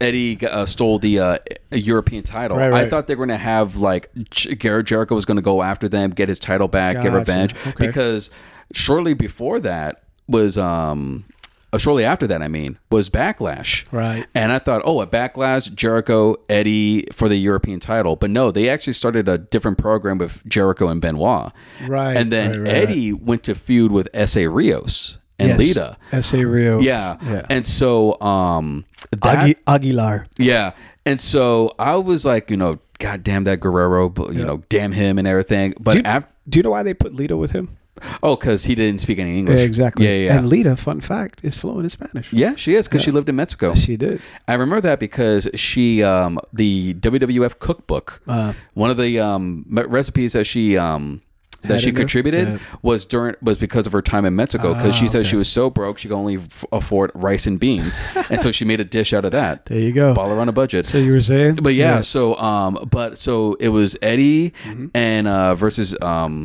Eddie uh, stole the uh, European title. Right, right. I thought they were going to have like J- Garrett Jericho was going to go after them, get his title back, get Gotcha. revenge. Okay. Because shortly before that was um, uh, shortly after that, I mean, was Backlash. Right. And I thought, oh, a backlash, Jericho, Eddie for the European title. But no, they actually started a different program with Jericho and Benoit. Right, And then right, right, Eddie went to feud with S.A. Rios. and Yes. Lita. S.A. Rio. Yeah. And so um that Agui- Aguilar. yeah. And so I was like, you know, god damn that Guerrero, but you know, damn him and everything. Do you, But after do you know why they put Lita with him? oh, cuz he didn't speak any English. exactly. Yeah, yeah. And Lita, fun fact, is fluent in Spanish. yeah, she is cuz she lived in Mexico. She did. I remember that because she, um, the WWF cookbook, Uh. one of the um, me- recipes that she um, that Had she in there? contributed Yeah. Ah, was during was because of her time in Mexico because she said she was so broke she could only f- afford rice and beans, and so she made a dish out of that. There you go. Baller on a budget. So you were saying? but yeah, so um, but so it was Eddie Mm-hmm. and uh versus um,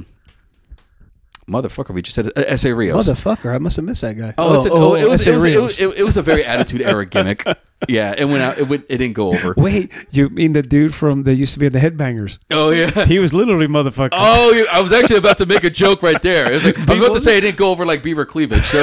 motherfucker. We just said uh, S.A. Rios. Motherfucker, I must have missed that guy. Oh, it's a, oh, it, was, S.A. it, was, it, Rios. was, it was a very attitude era gimmick. Yeah, it went out. It went, It didn't go over. Wait, you mean the dude from that used to be in the Headbangers? Oh yeah. He was literally motherfucker. Oh, you- I was actually about to make a joke right there. It was like- I was about to say it didn't go over like beaver cleavage. So,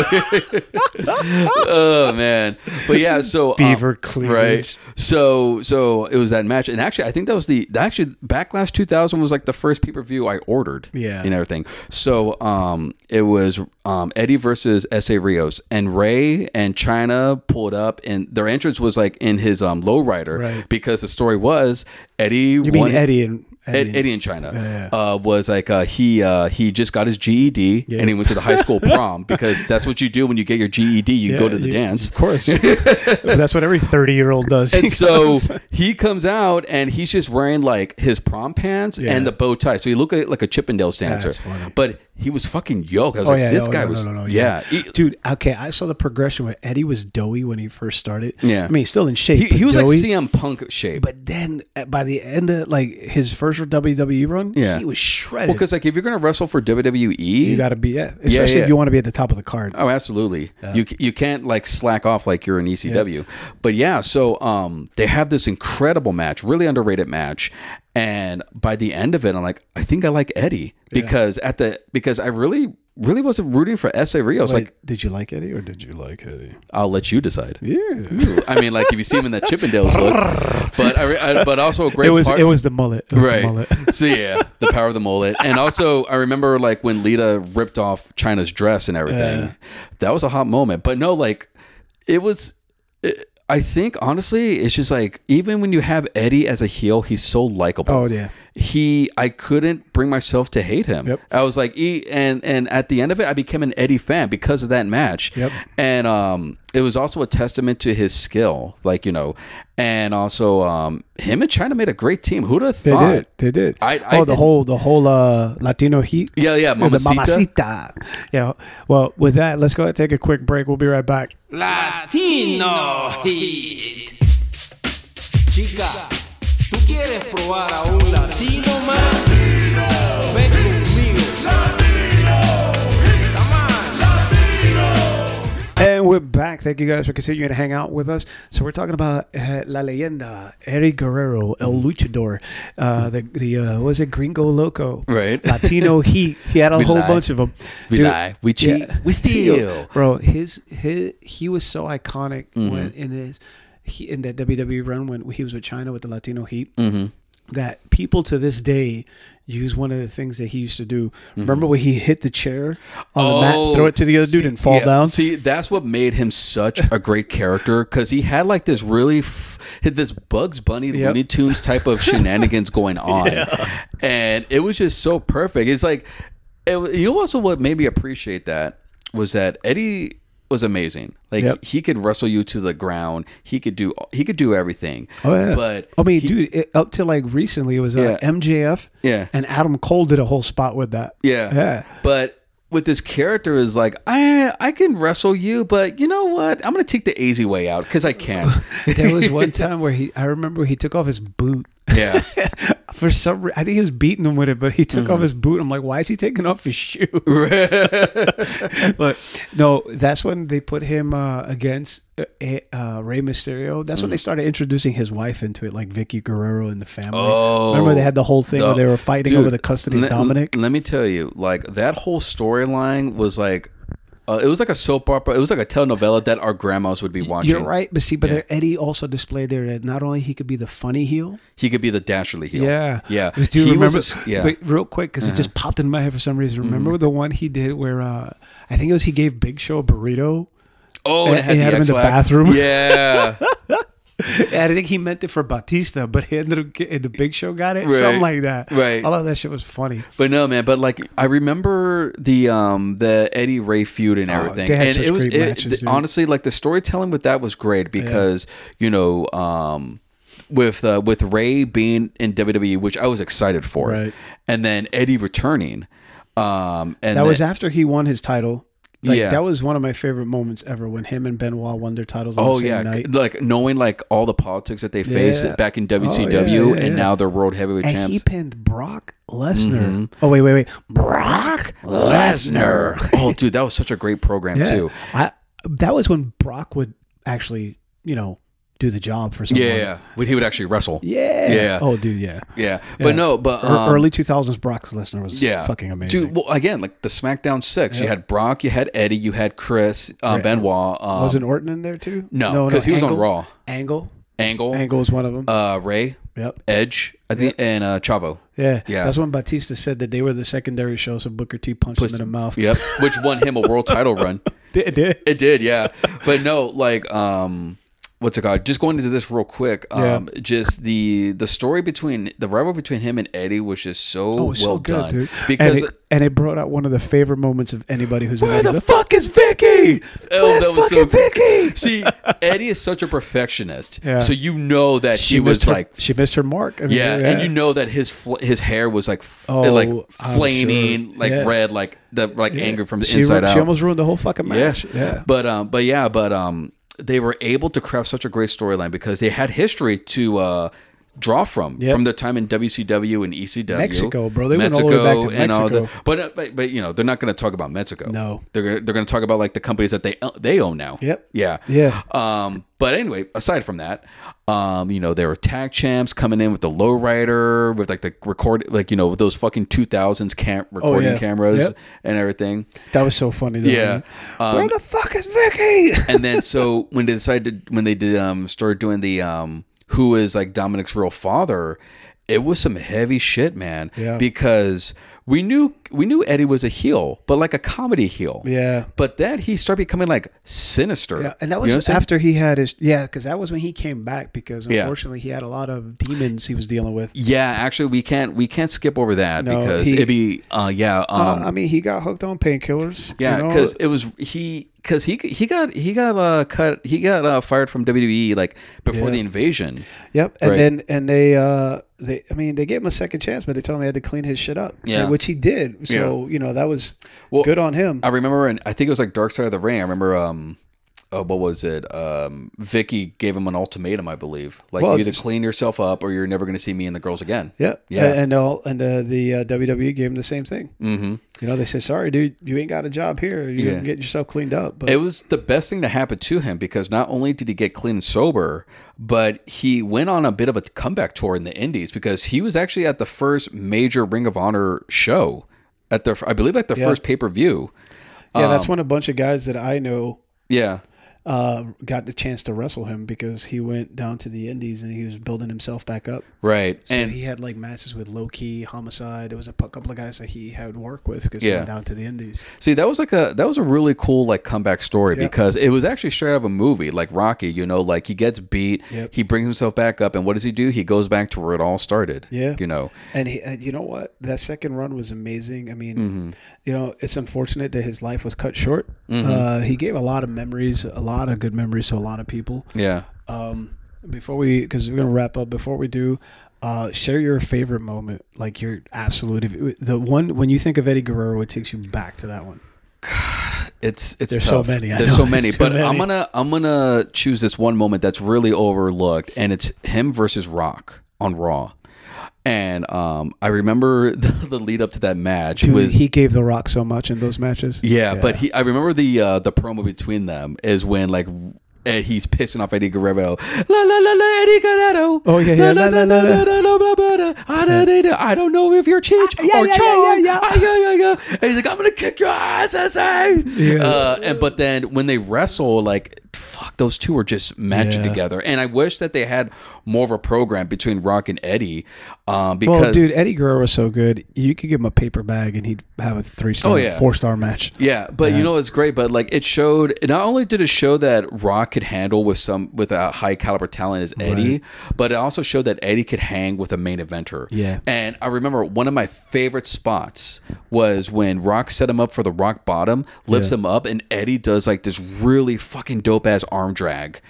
oh man, but yeah. So um, Beaver cleavage. right? So, so it was that match, and actually, I think that was the actually Backlash 2000 was like the first pay per view I ordered. Yeah. and everything. So, um, it was um Eddie versus S A Rios, and Ray and China pulled up, and their entrance was like in his um lowrider Right. because the story was Eddie. You mean Eddie and Eddie? Ed, Eddie in China Yeah, Uh, was like uh, he uh, he just got his GED and he went to the high school prom because that's what you do when you get your GED. You Yeah, go to the you- dance. Of course. That's what every 30 year old does. And so he comes out and he's just wearing like his prom pants Yeah. and the bow tie. So he looked like, like a Chippendales dancer. That's funny. But he was fucking yoked. I was Oh like, yeah, this oh, guy no, was. no, no, no, yeah. He, dude. Okay, I saw the progression where Eddie was doughy when he first started. Yeah. I mean, he's still in shape. he, but he was doughy. like CM Punk shape. But then uh, by the end of like his first WWE run, Yeah. he was shredded. because like if you're gonna wrestle for E, WWE, you got to be yeah, especially yeah. if you want to be at the top of the card. Oh, absolutely. You you can't like slack off like you're in ECW. But yeah, so um they have this incredible match, really underrated match, and by the end of it I'm like I think I like Eddie because at the because I really really wasn't rooting for SA Rios Wait, like did you like Eddie or did you like Eddie? I'll let you decide. Yeah, I mean like if you see him in that Chippendales look, but I, re- I but also a great it was part it was the mullet, It was the mullet. right. so yeah, the power of the mullet, and also I remember like when Lita ripped off China's dress and everything. That was a hot moment, but no, like it was. It, I think honestly, it's just like even when you have Eddie as a heel, he's so likable. Oh, yeah. he I couldn't bring myself to hate him. Yep. I was like, e and and at the end of it, I became an Eddie fan because of that match. Yep. And um, it was also a testament to his skill, like you know, and also um, him and China made a great team. Who'd have They thought? did, they did. I- I oh, the didn't- whole the whole uh, Latino heat. Oh, Yeah, yeah, The Mamacita. mamacita. Yeah. Well, with that, let's go ahead and take a quick break. We'll be right back. Latino Hit. Chica, ¿tú quieres probar a un latino más? Ven conmigo. And we're back. Thank you guys for continuing to hang out with us. So we're talking about uh, La Leyenda, Eric Guerrero, El Mm-hmm. Luchador, uh, the the uh, what was it Gringo Loco, Right. Latino Heat. He had a We whole lie. bunch of them. We lie. We cheat. We steal. Mm-hmm. Bro, his his he was so iconic when in his he, in that WWE run when he was with China with the Latino Heat. Mm-hmm. That people to this day use one of the things that he used to do. Mm-hmm. Remember when he hit the chair on the mat, throw it to the other dude, Oh, see- and fall yeah, down? See, that's what made him such a great character because he had like this really f- had this Bugs Bunny Looney Tunes type of shenanigans going on, and it was just so perfect. It's like it, wa- you know also what made me appreciate that was that Eddie was amazing. Like Yep. he could wrestle you to the ground. He could do he could do everything. Oh yeah, but I mean, dude, it, up to like recently, it was uh, Yeah. MJF, Yeah. and Adam Cole did a whole spot with that. Yeah. yeah, But with this character is like, I I can wrestle you, but you know what? I'm gonna take the easy way out because I can. there was one time where he, I remember he took off his boot. yeah. For some, re- I think he was beating him with it, but he took Mm-hmm. off his boot. I'm like, why is he taking off his shoe? but no, that's when they put him uh, against uh, uh, Rey Mysterio. That's when Mm. they started introducing his wife into it, like Vicky Guerrero and the family. Oh, remember they had the whole thing the- where they were fighting Dude, over the custody le- of Dominic. Let me tell you, like that whole storyline was like Uh, it was like a soap opera. It was like a telenovela that our grandmas would be watching. You're right, but see, but there, Eddie also displayed there that not only he could be the funny heel. He could be the dastardly heel. Yeah, yeah. Do you He remember? was a- yeah. Uh-huh. Mm-hmm. Wait, real quick, because it just popped in my head for some reason. Remember the one he did where uh, I think it was he gave Big Show a burrito. oh, and- and it had, and the had him in the X-Lax. bathroom. Yeah, And I think he meant it for Batista, but he ended up getting the Big Show got it, something Right, like that. right. All of that shit was funny. but no, man. But like, I remember the um the Eddie Ray feud and everything, Oh, they had and such it was great it- matches, th- dude. honestly like the storytelling with that was great because you know um with uh, with Ray being in WWE, which I was excited for, Right. and then Eddie returning. Um, and That was then- after he won his title. Like, Yeah. that was one of my favorite moments ever when him and Benoit won their titles. On Oh the same yeah, night. like knowing like all the politics that they faced Yeah. back in Oh, yeah, WCW, yeah, and yeah. now they're world heavyweight and champs. Mm-hmm. he pinned Brock Lesnar. Oh wait, wait, wait, Brock Lesnar. oh, dude, that was such a great program Yeah, too. I, that was when Brock would actually, you know, do the job for someone. Yeah, yeah, when he would actually wrestle. Yeah, yeah. Yeah. Oh, dude, yeah. Yeah. but no, but Ear- um, Early two thousands Brock Lesnar was yeah, fucking amazing. Dude, well, again, like the SmackDown Six, you had Brock, you had Eddie, you had Chris, uh, Benoit. Um, Wasn't Orton in there too? no, because he was on Angle- Raw. Angle, Angle, Angle was one of them. Uh, Ray, yep. Edge, I think, and uh, Chavo. Yeah. yeah. That's when Batista said that they were the secondary show, so Booker T punched him in the mouth. Yep, which won him a world title run. Did- did. It did, yeah. But no, like, um, what's it called? Just going into this real quick. Um, just the the story between the rivalry between him and Eddie was just so It well was Oh, so good, done dude. because. and it, and it brought out one of the favorite moments of anybody who's Where in the fuck is Vicky? Oh, that was so fucking Vicky? See, Eddie is such a perfectionist, Yeah. so you know that she he was missed her- like she missed her mark. I mean, yeah, and you know that his fl- his hair was like f- Oh, like I'm flaming, sure. like Yeah. red, like the like anger from the she inside ru- out. She almost ruined the whole fucking match. Yeah, But um, but yeah, but um, they were able to craft such a great storyline because they had history to uh draw from Yep. from their time in WCW and E ECW, Mexico, bro. They went all the way back to and all the- Mexico. but, uh, but but you know they're not going to talk about Mexico. No. they're gonna, they're going to talk about like the companies that they uh, they own now. Yep. Yeah. Yeah. Um, but anyway, aside from that, um, you know, there were tag champs coming in with the lowrider, with like the record, like you know, with those fucking two thousands cam- recording yeah. cameras Yep. and everything. that was so funny. Though, Yeah. man. Um, where the fuck is Vicky? and then so when they decided when they did um started doing the um who is like Dominic's real father, it was some heavy shit, man. Yeah. Because we knew we knew Eddie was a heel, but like a comedy heel. Yeah. But then he started becoming like sinister. Yeah, and that You was know what I'm saying? after he had his yeah, because that was when he came back because Yeah. unfortunately he had a lot of demons he was dealing with. Yeah, actually we can't we can't skip over that No, because he- it'd be uh yeah, um uh, I mean, he got hooked on painkillers. you yeah, know? because it was he because he he got he got uh cut he got uh fired from WWE like before Yeah. the invasion. Yep, and Right. then and they uh they I mean they gave him a second chance, but they told him he had to clean his shit up. Yeah. and- which he did. So you know that was Well, good on him. I remember, and I think it was like Dark Side of the Ring. I remember, um, oh, what was it? Um, Vicky gave him an ultimatum, I believe. Like, Well, you either just- clean yourself up, or you're never going to see me and the girls again. Yep. Yeah. And, and all and uh, the uh, WWE gave him the same thing. hmm You know, they said, "Sorry, dude, you ain't got a job here. You Yeah. didn't get yourself cleaned up." But It was the best thing to happen to him because not only did he get clean and sober, but he went on a bit of a comeback tour in the Indies because he was actually at the first major Ring of Honor show at the, I believe, like the first pay per view. yeah, um, that's when a bunch of guys that I know Yeah. uh, got the chance to wrestle him because he went down to the Indies and he was building himself back up. Right. So and he had like matches with Low Key, Homicide. It was a pu- couple of guys that he had work with because he Yeah. went down to the Indies. See, that was like a that was a really cool like comeback story because it was actually straight out of a movie, like Rocky. You know, like he gets beat, Yep. he brings himself back up, and what does he do? He goes back to where it all started. Yeah. you know, And, he, and you know what? That second run was amazing. I mean, Mm-hmm. you know, it's unfortunate that his life was cut short. Uh, he gave a lot of memories, a lot of good memories to a lot of people. yeah, Um, before we, because we're gonna wrap up. Before we do, uh, share your favorite moment, like your absolute, if, the one when you think of Eddie Guerrero, it takes you back to that one. it's it's There's so tough. many, I There's know. so many, There's so but I'm many. gonna I'm gonna choose this one moment that's really overlooked, and it's him versus Rock on Raw. And um, I remember the, the lead up to that match Dude, was he gave The Rock so much in those matches. Yeah, but he I remember the uh, the promo between them is when like and he's pissing off Eddie Guerrero. La la la la, Eddie Guerrero. Oh, yeah, La, yeah. la, la, la, la, la, la, la, la, la. Ah, da, da, da. I don't know if you're Cheech Ah, yeah, or yeah, yeah, Chong. yeah, yeah. Ah, yeah, yeah, yeah. And he's like, I'm gonna kick your ass, SA. Yeah. Uh, and but then when they wrestle, like, fuck, those two are just magic Yeah. together. And I wish that they had more of a program between Rock and Eddie, um, because. Well, Oh, dude, Eddie Guerrero was so good. You could give him a paper bag and he'd have a three star, Oh, yeah. four star match. Yeah, but you know it's great. But like it showed, not only did it show that Rock could handle with some with a high caliber talent as Eddie, but it also showed that Eddie could hang with a main eventer. Yeah. and I remember one of my favorite spots was when Rock set him up for the Rock Bottom, lifts him up, and Eddie does like this really fucking dope ass arm drag.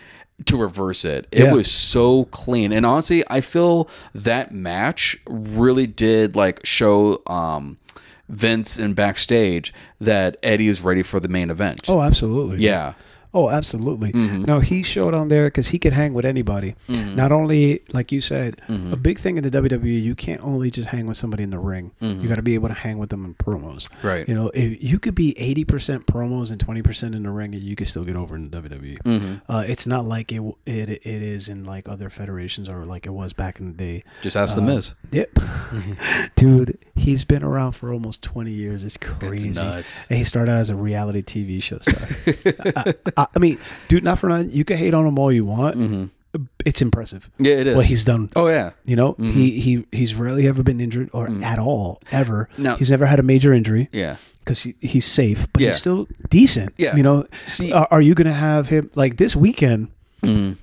To reverse it, it Yeah. was so clean, and honestly, I feel that match really did like show um, Vince and backstage that Eddie is ready for the main event. Oh, absolutely. yeah, Oh, absolutely. No, he showed on there because he could hang with anybody. Not only, like you said, a big thing in the WWE, you can't only just hang with somebody in the ring. You got to be able to hang with them in promos. Right. You know, if you could be 80% promos and 20% in the ring, and you could still get over in the WWE. Uh, it's not like it, it it is in like other federations or like it was back in the day. just ask the Uh, Miz. Yep. Dude, he's been around for almost 20 years. It's crazy. nuts. And he started out as a reality TV show star. I, I, I mean, dude, not for nothing. You can hate on him all you want. It's impressive. Mm-hmm. Yeah, it is. What he's done. Oh yeah, You know, he, he he's rarely ever been injured or at all, ever. Mm. No. He's never had a major injury yeah. because he, he's safe, but Yeah. he's still decent. Yeah. You know, See- Mm. are, are you going to have him like this weekend?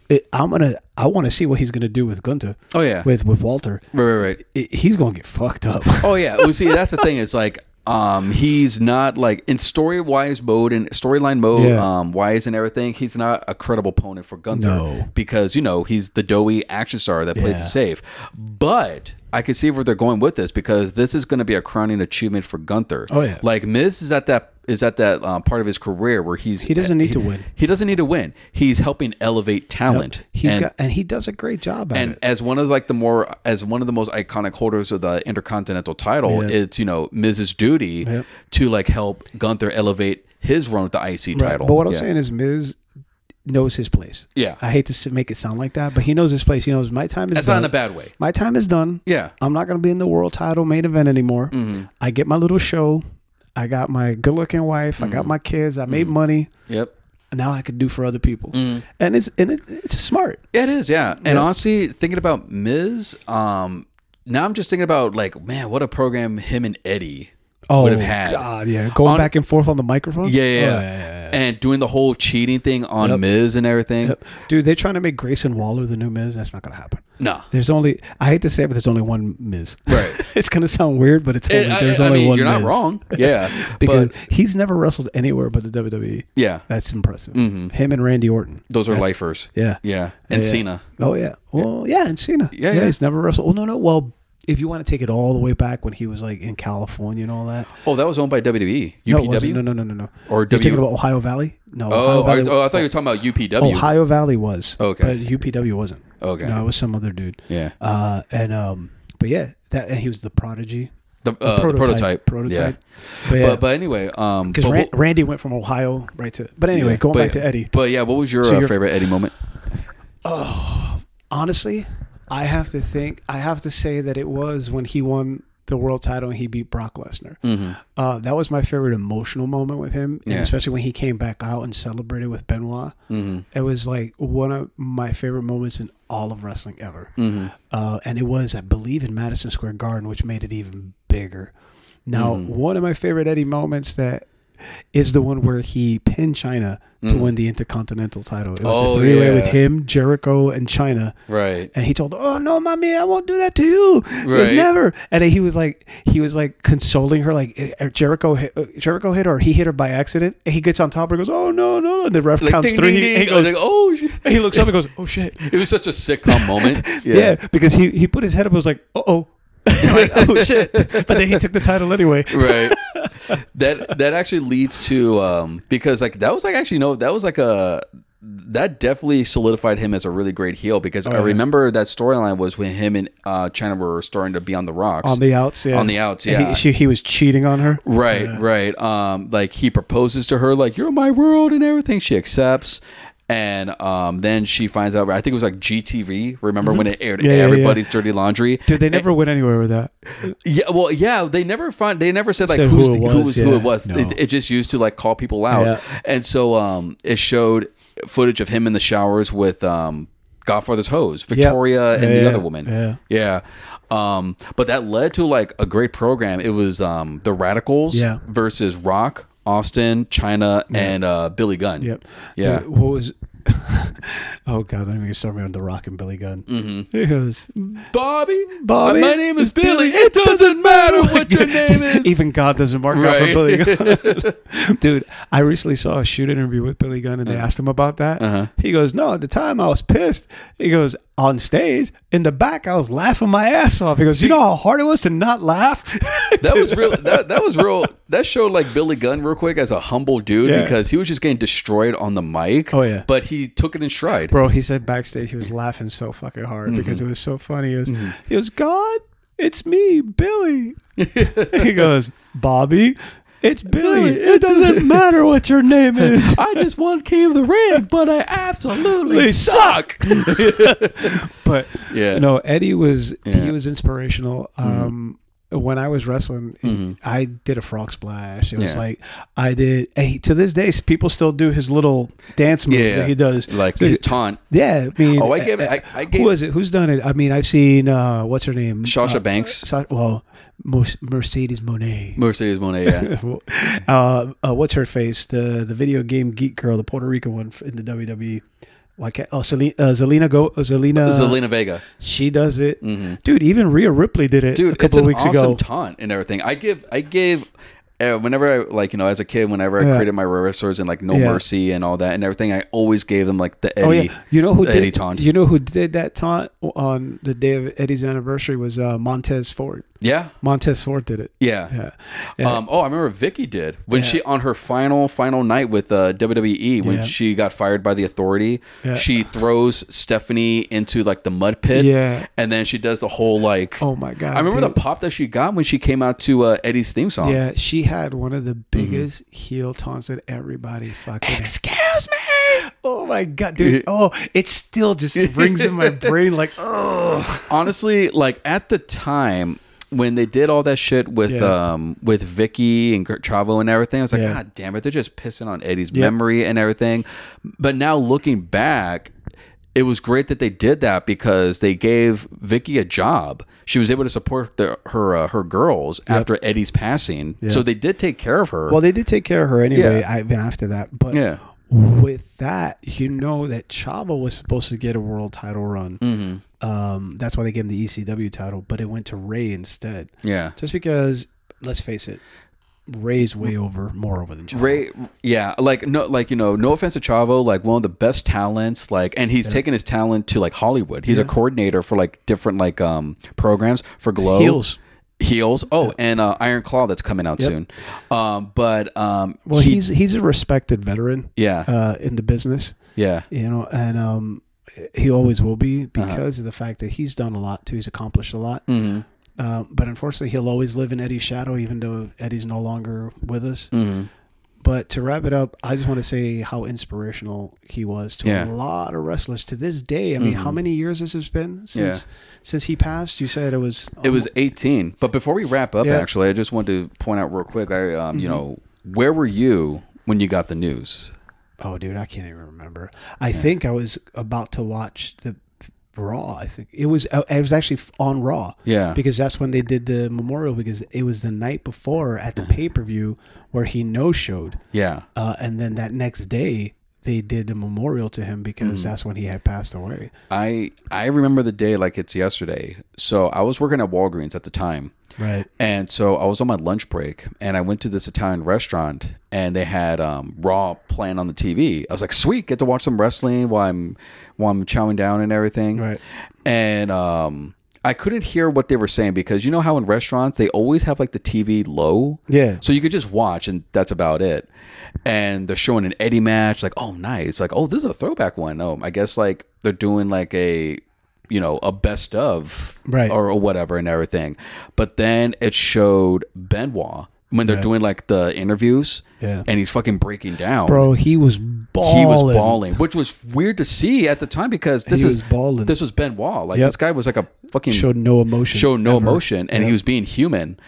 It, I'm going to, I want to see what he's going to do with Gunter. Oh yeah. With, with Walter right, right, right. it- he's gonna get fucked up. Oh yeah. Well, see, that's the thing. It's like um, he's not like in story wise mode and storyline mode Yeah. um, wise and everything. He's not a credible opponent for Gunther No. because you know he's the doughy action star that plays Yeah. it safe. But I can see where they're going with this because this is going to be a crowning achievement for Gunther. Oh, yeah. Like Miz is at that is at that um, part of his career where he's He doesn't need to win. He doesn't need to win. He's helping elevate talent. He's and, got, and he does a great job at and it. as one of like the more as one of the most iconic holders of the intercontinental title, Yeah. it's you know Miz's duty Yep. to like help Gunther elevate his run with the IC Right. title. But what I'm Yeah. saying is, Miz knows his place. Yeah. I hate to s- make it sound like that, but he knows his place. He knows my time is. that's done. not in a bad way. My time is done. Yeah. Mm-hmm. I'm not gonna be in the world title main event anymore. I get my little show. I got my good looking wife. I Mm-hmm. got my kids. I made money. Yep. Now I can do for other people. Mm-hmm. And it's and it, it's smart. It is, yeah. And honestly, thinking about Miz, um, now I'm just thinking about like, man, what a program him and Eddie Oh would have had. God, yeah. Going On- back and forth on the microphone. Yeah, yeah, Oh, yeah. And doing the whole cheating thing on Miz and everything. Yep. Dude, they're trying to make Grayson Waller the new Miz. That's not gonna happen. Nah. There's only I hate to say it, but there's only one Miz. Right. it's gonna sound weird, but it's It- only, I, there's I only mean, one. you're not Miz. wrong. Yeah. because but he's never wrestled anywhere but the WWE. yeah, That's impressive. Him and Randy Orton. those are That's- lifers. Yeah. Yeah. And Yeah. Cena. Oh yeah. Well yeah, and Cena. Yeah, yeah, yeah. He's never wrestled. Oh no, no. Well, if you want to take it all the way back when he was like in California and all that. Oh, that was owned by WWE. No, UPW? it wasn't. no, no, no, no, no. Or You're talking W- about Ohio Valley? No. Oh, Ohio I, Valley, Oh, oh, I thought you were talking about UPW. Ohio Valley was. Okay. But UPW wasn't. Okay. No, it was some other dude. Yeah. Uh, and um, but yeah, that and he was the prodigy. the, uh, the prototype. prototype. Yeah. But yeah, But, but anyway, um, because but Ran- what- Randy went from Ohio right to. But anyway, yeah, going but- back to Eddie. But yeah, what was your So uh, you're- favorite Eddie moment? Honestly, I have to think. I have to say that it was when he won the world title and he beat Brock Lesnar. Uh, that was my favorite emotional moment with him, Mm-hmm. Yeah. Mm-hmm. and especially when he came back out and celebrated with Benoit. It was like one of my favorite moments in all of wrestling ever. Mm-hmm. Uh, and it was, I believe, in Madison Square Garden, which made it even bigger. Now, Mm-hmm. one of my favorite Eddie moments that is the one where he pinned China to win the Intercontinental title. It was Mm-hmm. Oh, a three way yeah. with him, Jericho, and China. Right. And he told her, "Oh no, mommy, I won't do that to you. There's Right. never." And then he was like, he was like consoling her, like eh, Jericho, hit, uh, Jericho hit her, or he hit her by accident. And he gets on top of her, goes, "Oh no, no!" no." And the ref Like, counts ding, three. ding, He- ding. he I was goes, like, oh, sh- he looks up and goes, "Oh shit!" it was such a sitcom moment. Yeah. Yeah, because he he put his head up, and was like, "Uh oh." like, oh shit! But then he took the title anyway. Right. that that actually leads to um because like that was like actually no that was like a that definitely solidified him as a really great heel because I Oh, yeah. remember that storyline was when him and uh, China were starting to be on the rocks On the outs, yeah. On the outs, And yeah. He, she, he was cheating on her. Right, right. Um, like he proposes to her, like you're my world and everything. She accepts, And um, then she finds out. I think it was like GTV. Remember Mm-hmm. when it aired everybody's dirty laundry? Dude, they never went anywhere with that. Yeah, well, yeah, they never find they never said like Said who's who it the- who was, was who yeah. it was. No. It, it just used to like call people out, Yeah. and so um, it showed footage of him in the showers with um, Godfather's hose, Victoria, and Yeah, the yeah, other woman. yeah. yeah. Um, but that led to like a great program. It was um, the Radicals Yeah. versus Rock. Austin, China, and uh, Billy Gunn. Yep. Yeah. Dude, what was? oh God, don't even get started on the Rock and Billy Gun. Mm-hmm. It was Bobby, Bobby, My name is Billy. It doesn't matter what your name is. Even God doesn't mark out for Right. Billy Gunn. Dude, I recently saw a shoot interview with Billy Gunn and Uh-huh. they asked him about that. He goes, No, at the time I was pissed. He goes, On stage, in the back, I was laughing my ass off. He goes, You know how hard it was to not laugh? That was real. That, that was real. That showed like Billy Gunn real quick as a humble dude Yeah. because he was just getting destroyed on the mic. Oh, yeah. but he took it in stride. Bro, he said backstage he was laughing so fucking hard Mm-hmm. because it was so funny. He was, he was God, it's me, Billy. he goes, Bobby, it's Billy. Billy, It doesn't matter what your name is. I just won King of the Ring, but I absolutely They suck. but Yeah. no eddie was Yeah. Mm-hmm. he was inspirational um when i was wrestling i did a frog splash it was Yeah. like i did and he, to this day people still do his little dance move Yeah. that he does like Dude, his taunt. yeah i mean uh, Oh, I gave it. I, I who gave is it who's done it i mean i've seen uh what's her name Sasha Uh, Banks, Sa- well Mer- mercedes monet Mercedes Monet. Yeah. uh, uh, what's her face? The the video game geek girl, the Puerto Rican one in the WWE. Why can't? Oh, Selena, uh, Zelina go. Uh, Zelina. Zelina Vega, She does it, dude. Even Rhea Ripley did it dude, a it's couple an of weeks awesome ago. taunt and everything. I give, I give, uh, whenever I like, you know, as a kid, whenever I Yeah. created my wrestlers and like No Yeah. Mercy and all that and everything, I always gave them like the Eddie. oh yeah, you know who the Eddie did? taunt. You know who did that taunt on the day of Eddie's anniversary was uh, Montez Ford. yeah, Montez Ford did it. yeah. Yeah, Um, oh, I remember Vicky did when she on her final final night with uh, WWE when Yeah. she got fired by the Authority. Yeah. She throws Stephanie into like the mud pit. Yeah. and then she does the whole like. Oh my God, I remember dude. the pop that she got when she came out to uh, Eddie's theme song. yeah. She had one of the Mm-hmm. biggest heel taunts that everybody fucking. Excuse me. oh my God, dude. Oh, it still just rings in my brain like, oh. Honestly, like at the time. When they did all that shit with Yeah. um with Vicky and Kurt Chavo and everything, I was like, Yeah. God damn it, they're just pissing on Eddie's memory and everything. But now looking back, it was great that they did that because they gave Vicky a job. She was able to support the, her uh, her girls after Eddie's passing, so they did take care of her. Well, they did take care of her anyway. Yeah. I mean, after that, but yeah, with that, you know that Chavo was supposed to get a world title run. Mm-hmm. Um, that's why they gave him the ECW title, but it went to Ray instead. yeah. Just because, let's face it, Ray's way over, more over than Chavo. Ray, yeah, like no, like you know, no offense to Chavo, like one of the best talents, like, and he's taken his talent to like Hollywood. He's a coordinator for like different like um programs for Glow Heels. heels. Oh, and uh, Iron Claw that's coming out soon. Um, but um, Well, he- he's he's a respected veteran. Yeah. Uh, in the business, yeah, Uh-huh. you know, and um, he always will be because of the fact that he's done a lot too. He's accomplished a lot. Mhm. Um, but unfortunately, he'll always live in Eddie's shadow, even though Eddie's no longer with us. Mm-hmm. But to wrap it up, I just want to say how inspirational he was to Yeah. Mm-hmm. a lot of wrestlers to this day. I mean, how many years this has been since Yeah. since he passed? You said it was It was 18. But before we wrap up, Yeah. Mm-hmm. actually, I just wanted to point out real quick. I, um, you know, where were you when you got the news? Oh, dude, I can't even remember. I think I was about to watch the Raw. I think it was. uh, It was actually f- on Raw. Yeah. because that's when they did the memorial. Because it was the night before at the pay per view where he no showed, Yeah, uh, and then that next day they did the memorial to him because Mm. that's when he had passed away. I I remember the day like it's yesterday. So I was working at Walgreens at the time. Right. And so I was on my lunch break and I went to this Italian restaurant and they had um, Raw playing on the TV. I was like, sweet, get to watch some wrestling while I'm while I'm chowing down and everything. Right. And um, I couldn't hear what they were saying because you know how in restaurants they always have like the TV low. Yeah. So you could just watch and that's about it. And they're showing an Eddie match, like, oh nice. Like, oh, this is a throwback one. Oh, I guess like they're doing like a you know, a best of Right. or or whatever and everything. But then it showed Benoit when they're doing like the interviews, Yeah. and he's fucking breaking down. bro. He was balling. He was balling, which was weird to see at the time because this He is was balling. this was Ben Wall. Like Yep. this guy was like a fucking Showed no emotion. showed no ever. emotion and he Yeah. was being human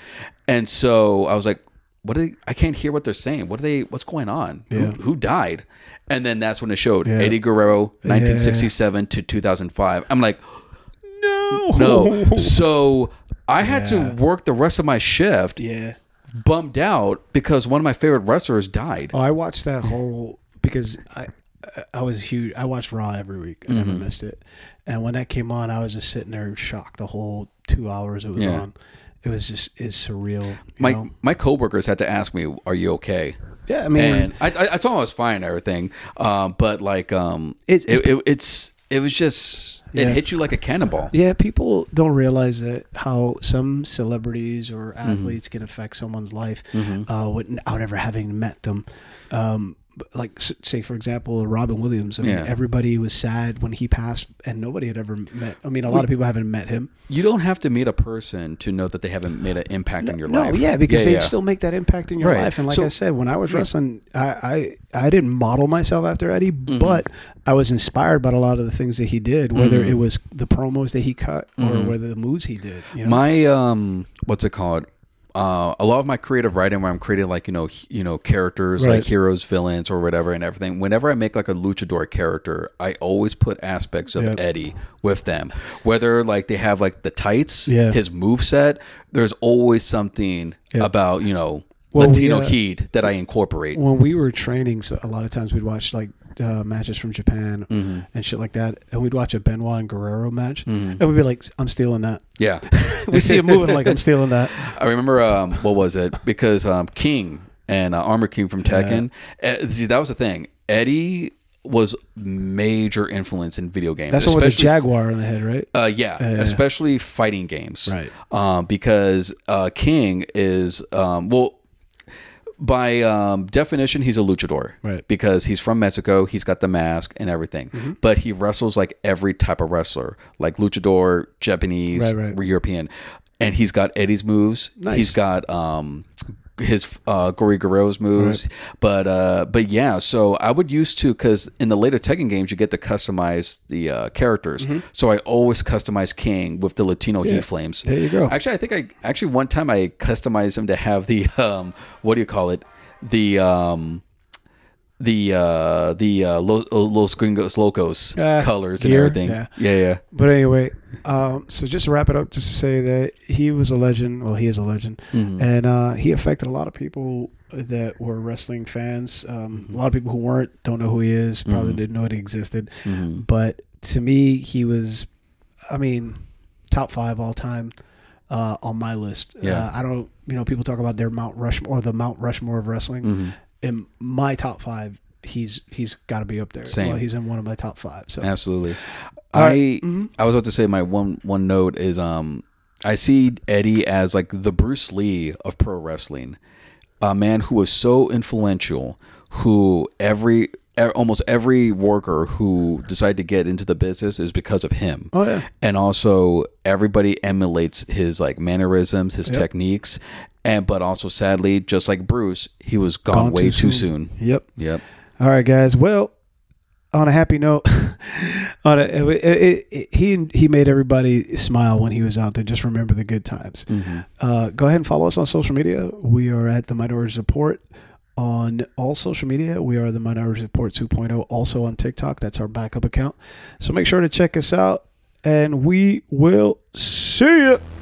and so i was like what are they, i can't hear what they're saying what are they what's going on who, Yeah. who died and then that's when it showed Yeah. eddie guerrero 1967 to 2005 i'm like no so i had Yeah. to work the rest of my shift Yeah. bummed out because one of my favorite wrestlers died Oh, I watched that whole because I I was huge. I watched Raw every week. I Mm-hmm. never missed it. And when that came on, I was just sitting there shocked the whole two hours it was Yeah. on. It was just it's surreal. You my know? my coworkers had to ask me are you okay yeah, I mean, and I, I, I told him I was fine and everything. Um, but like, um, It's- it, it, it's it was just it Yeah. hit you like a cannonball. yeah, people don't realize that how some celebrities or Mm-hmm. athletes can affect someone's life uh, without ever having met them. Um, but like s- say for example Robin Williams I mean Yeah. everybody was sad when he passed and nobody had ever met I mean a lot of people haven't met him You don't have to meet a person to know that they haven't made an impact on your no, life. yeah, because they they still make that impact in your Right. life. And like So- I said, when I was wrestling, I, I I didn't model myself after Eddie, Mm-hmm. but I was inspired by a lot of the things that he did, whether Mm-hmm. it was the promos that he cut or whether the moves he did. You know? my um, what's it called? Uh, a lot of my creative writing, where I'm creating like you know, h- you know, characters like Right. heroes, villains, or whatever, and everything. Whenever I make like a luchador character, I always put aspects of Yeah. Eddie with them. Whether like they have like the tights, Yeah. his move set, there's always something Yeah. about you know Well, we, Latino uh, heat that I incorporate. when we were training, so a lot of times we'd watch like uh, matches from Japan Mm-hmm. and shit like that, and we'd watch a Benoit and Guerrero match, and we'd be like, "I'm stealing that." yeah, We see it moving like I'm stealing that. I remember um, what was it because um, King and uh, Armor King from Tekken. eh, see, that was the thing. Eddie was major influence in video games. That's the one with the especially- jaguar on the head, right? Uh, yeah, especially fighting games. Right. Um, because uh, King is, um, well, by um, definition, he's a luchador. Right. Mm-hmm. Because he's from Mexico, he's got the mask and everything. But he wrestles like every type of wrestler, like luchador, Japanese, Right, right. European. And he's got Eddie's moves. Nice. He's got. Um, his uh Gory Guerrero's moves but uh but yeah so I would used to cuz in the later Tekken games you get to customize the uh characters Mm-hmm. so I always customize King with the Latino heat flames There you go. Actually, I think I actually one time I customized him to have the um what do you call it the um the uh the uh Lo- Los Gringos Locos Uh, colors and gear, everything. yeah. Yeah, yeah. But anyway, um, so just to wrap it up, just to say that he was a legend. Well, he is a legend, Mm-hmm. and uh, he affected a lot of people that were wrestling fans. Um, Mm-hmm. A lot of people who weren't don't know who he is. Probably didn't know he existed. Mm-hmm. But to me, he was, I mean, top five all time. Uh, on my list, Yeah. uh, I don't. You know, people talk about their Mount Rushmore or the Mount Rushmore of wrestling. Mm-hmm. In my top five, he's he's got to be up there. Same. Well, he's in one of my top five. So Absolutely. All I right. Mhm. I was about to say my one one note is um I see Eddie as like the Bruce Lee of pro wrestling, a man who was so influential, who every e- almost every worker who decided to get into the business is because of him. Oh, yeah. And also everybody emulates his like mannerisms, his techniques, and but also sadly, just like Bruce, he was gone, Gone way too too soon. soon. yep. Yep. All right, guys. Well, on a happy note, on a, it, it, it, he he made everybody smile when he was out there. Just remember the good times. Uh, go ahead and follow us on social media. We are at the Minority Report on all social media. We are the Minority Report 2.0. Also on TikTok. That's our backup account. So make sure to check us out, and we will see you.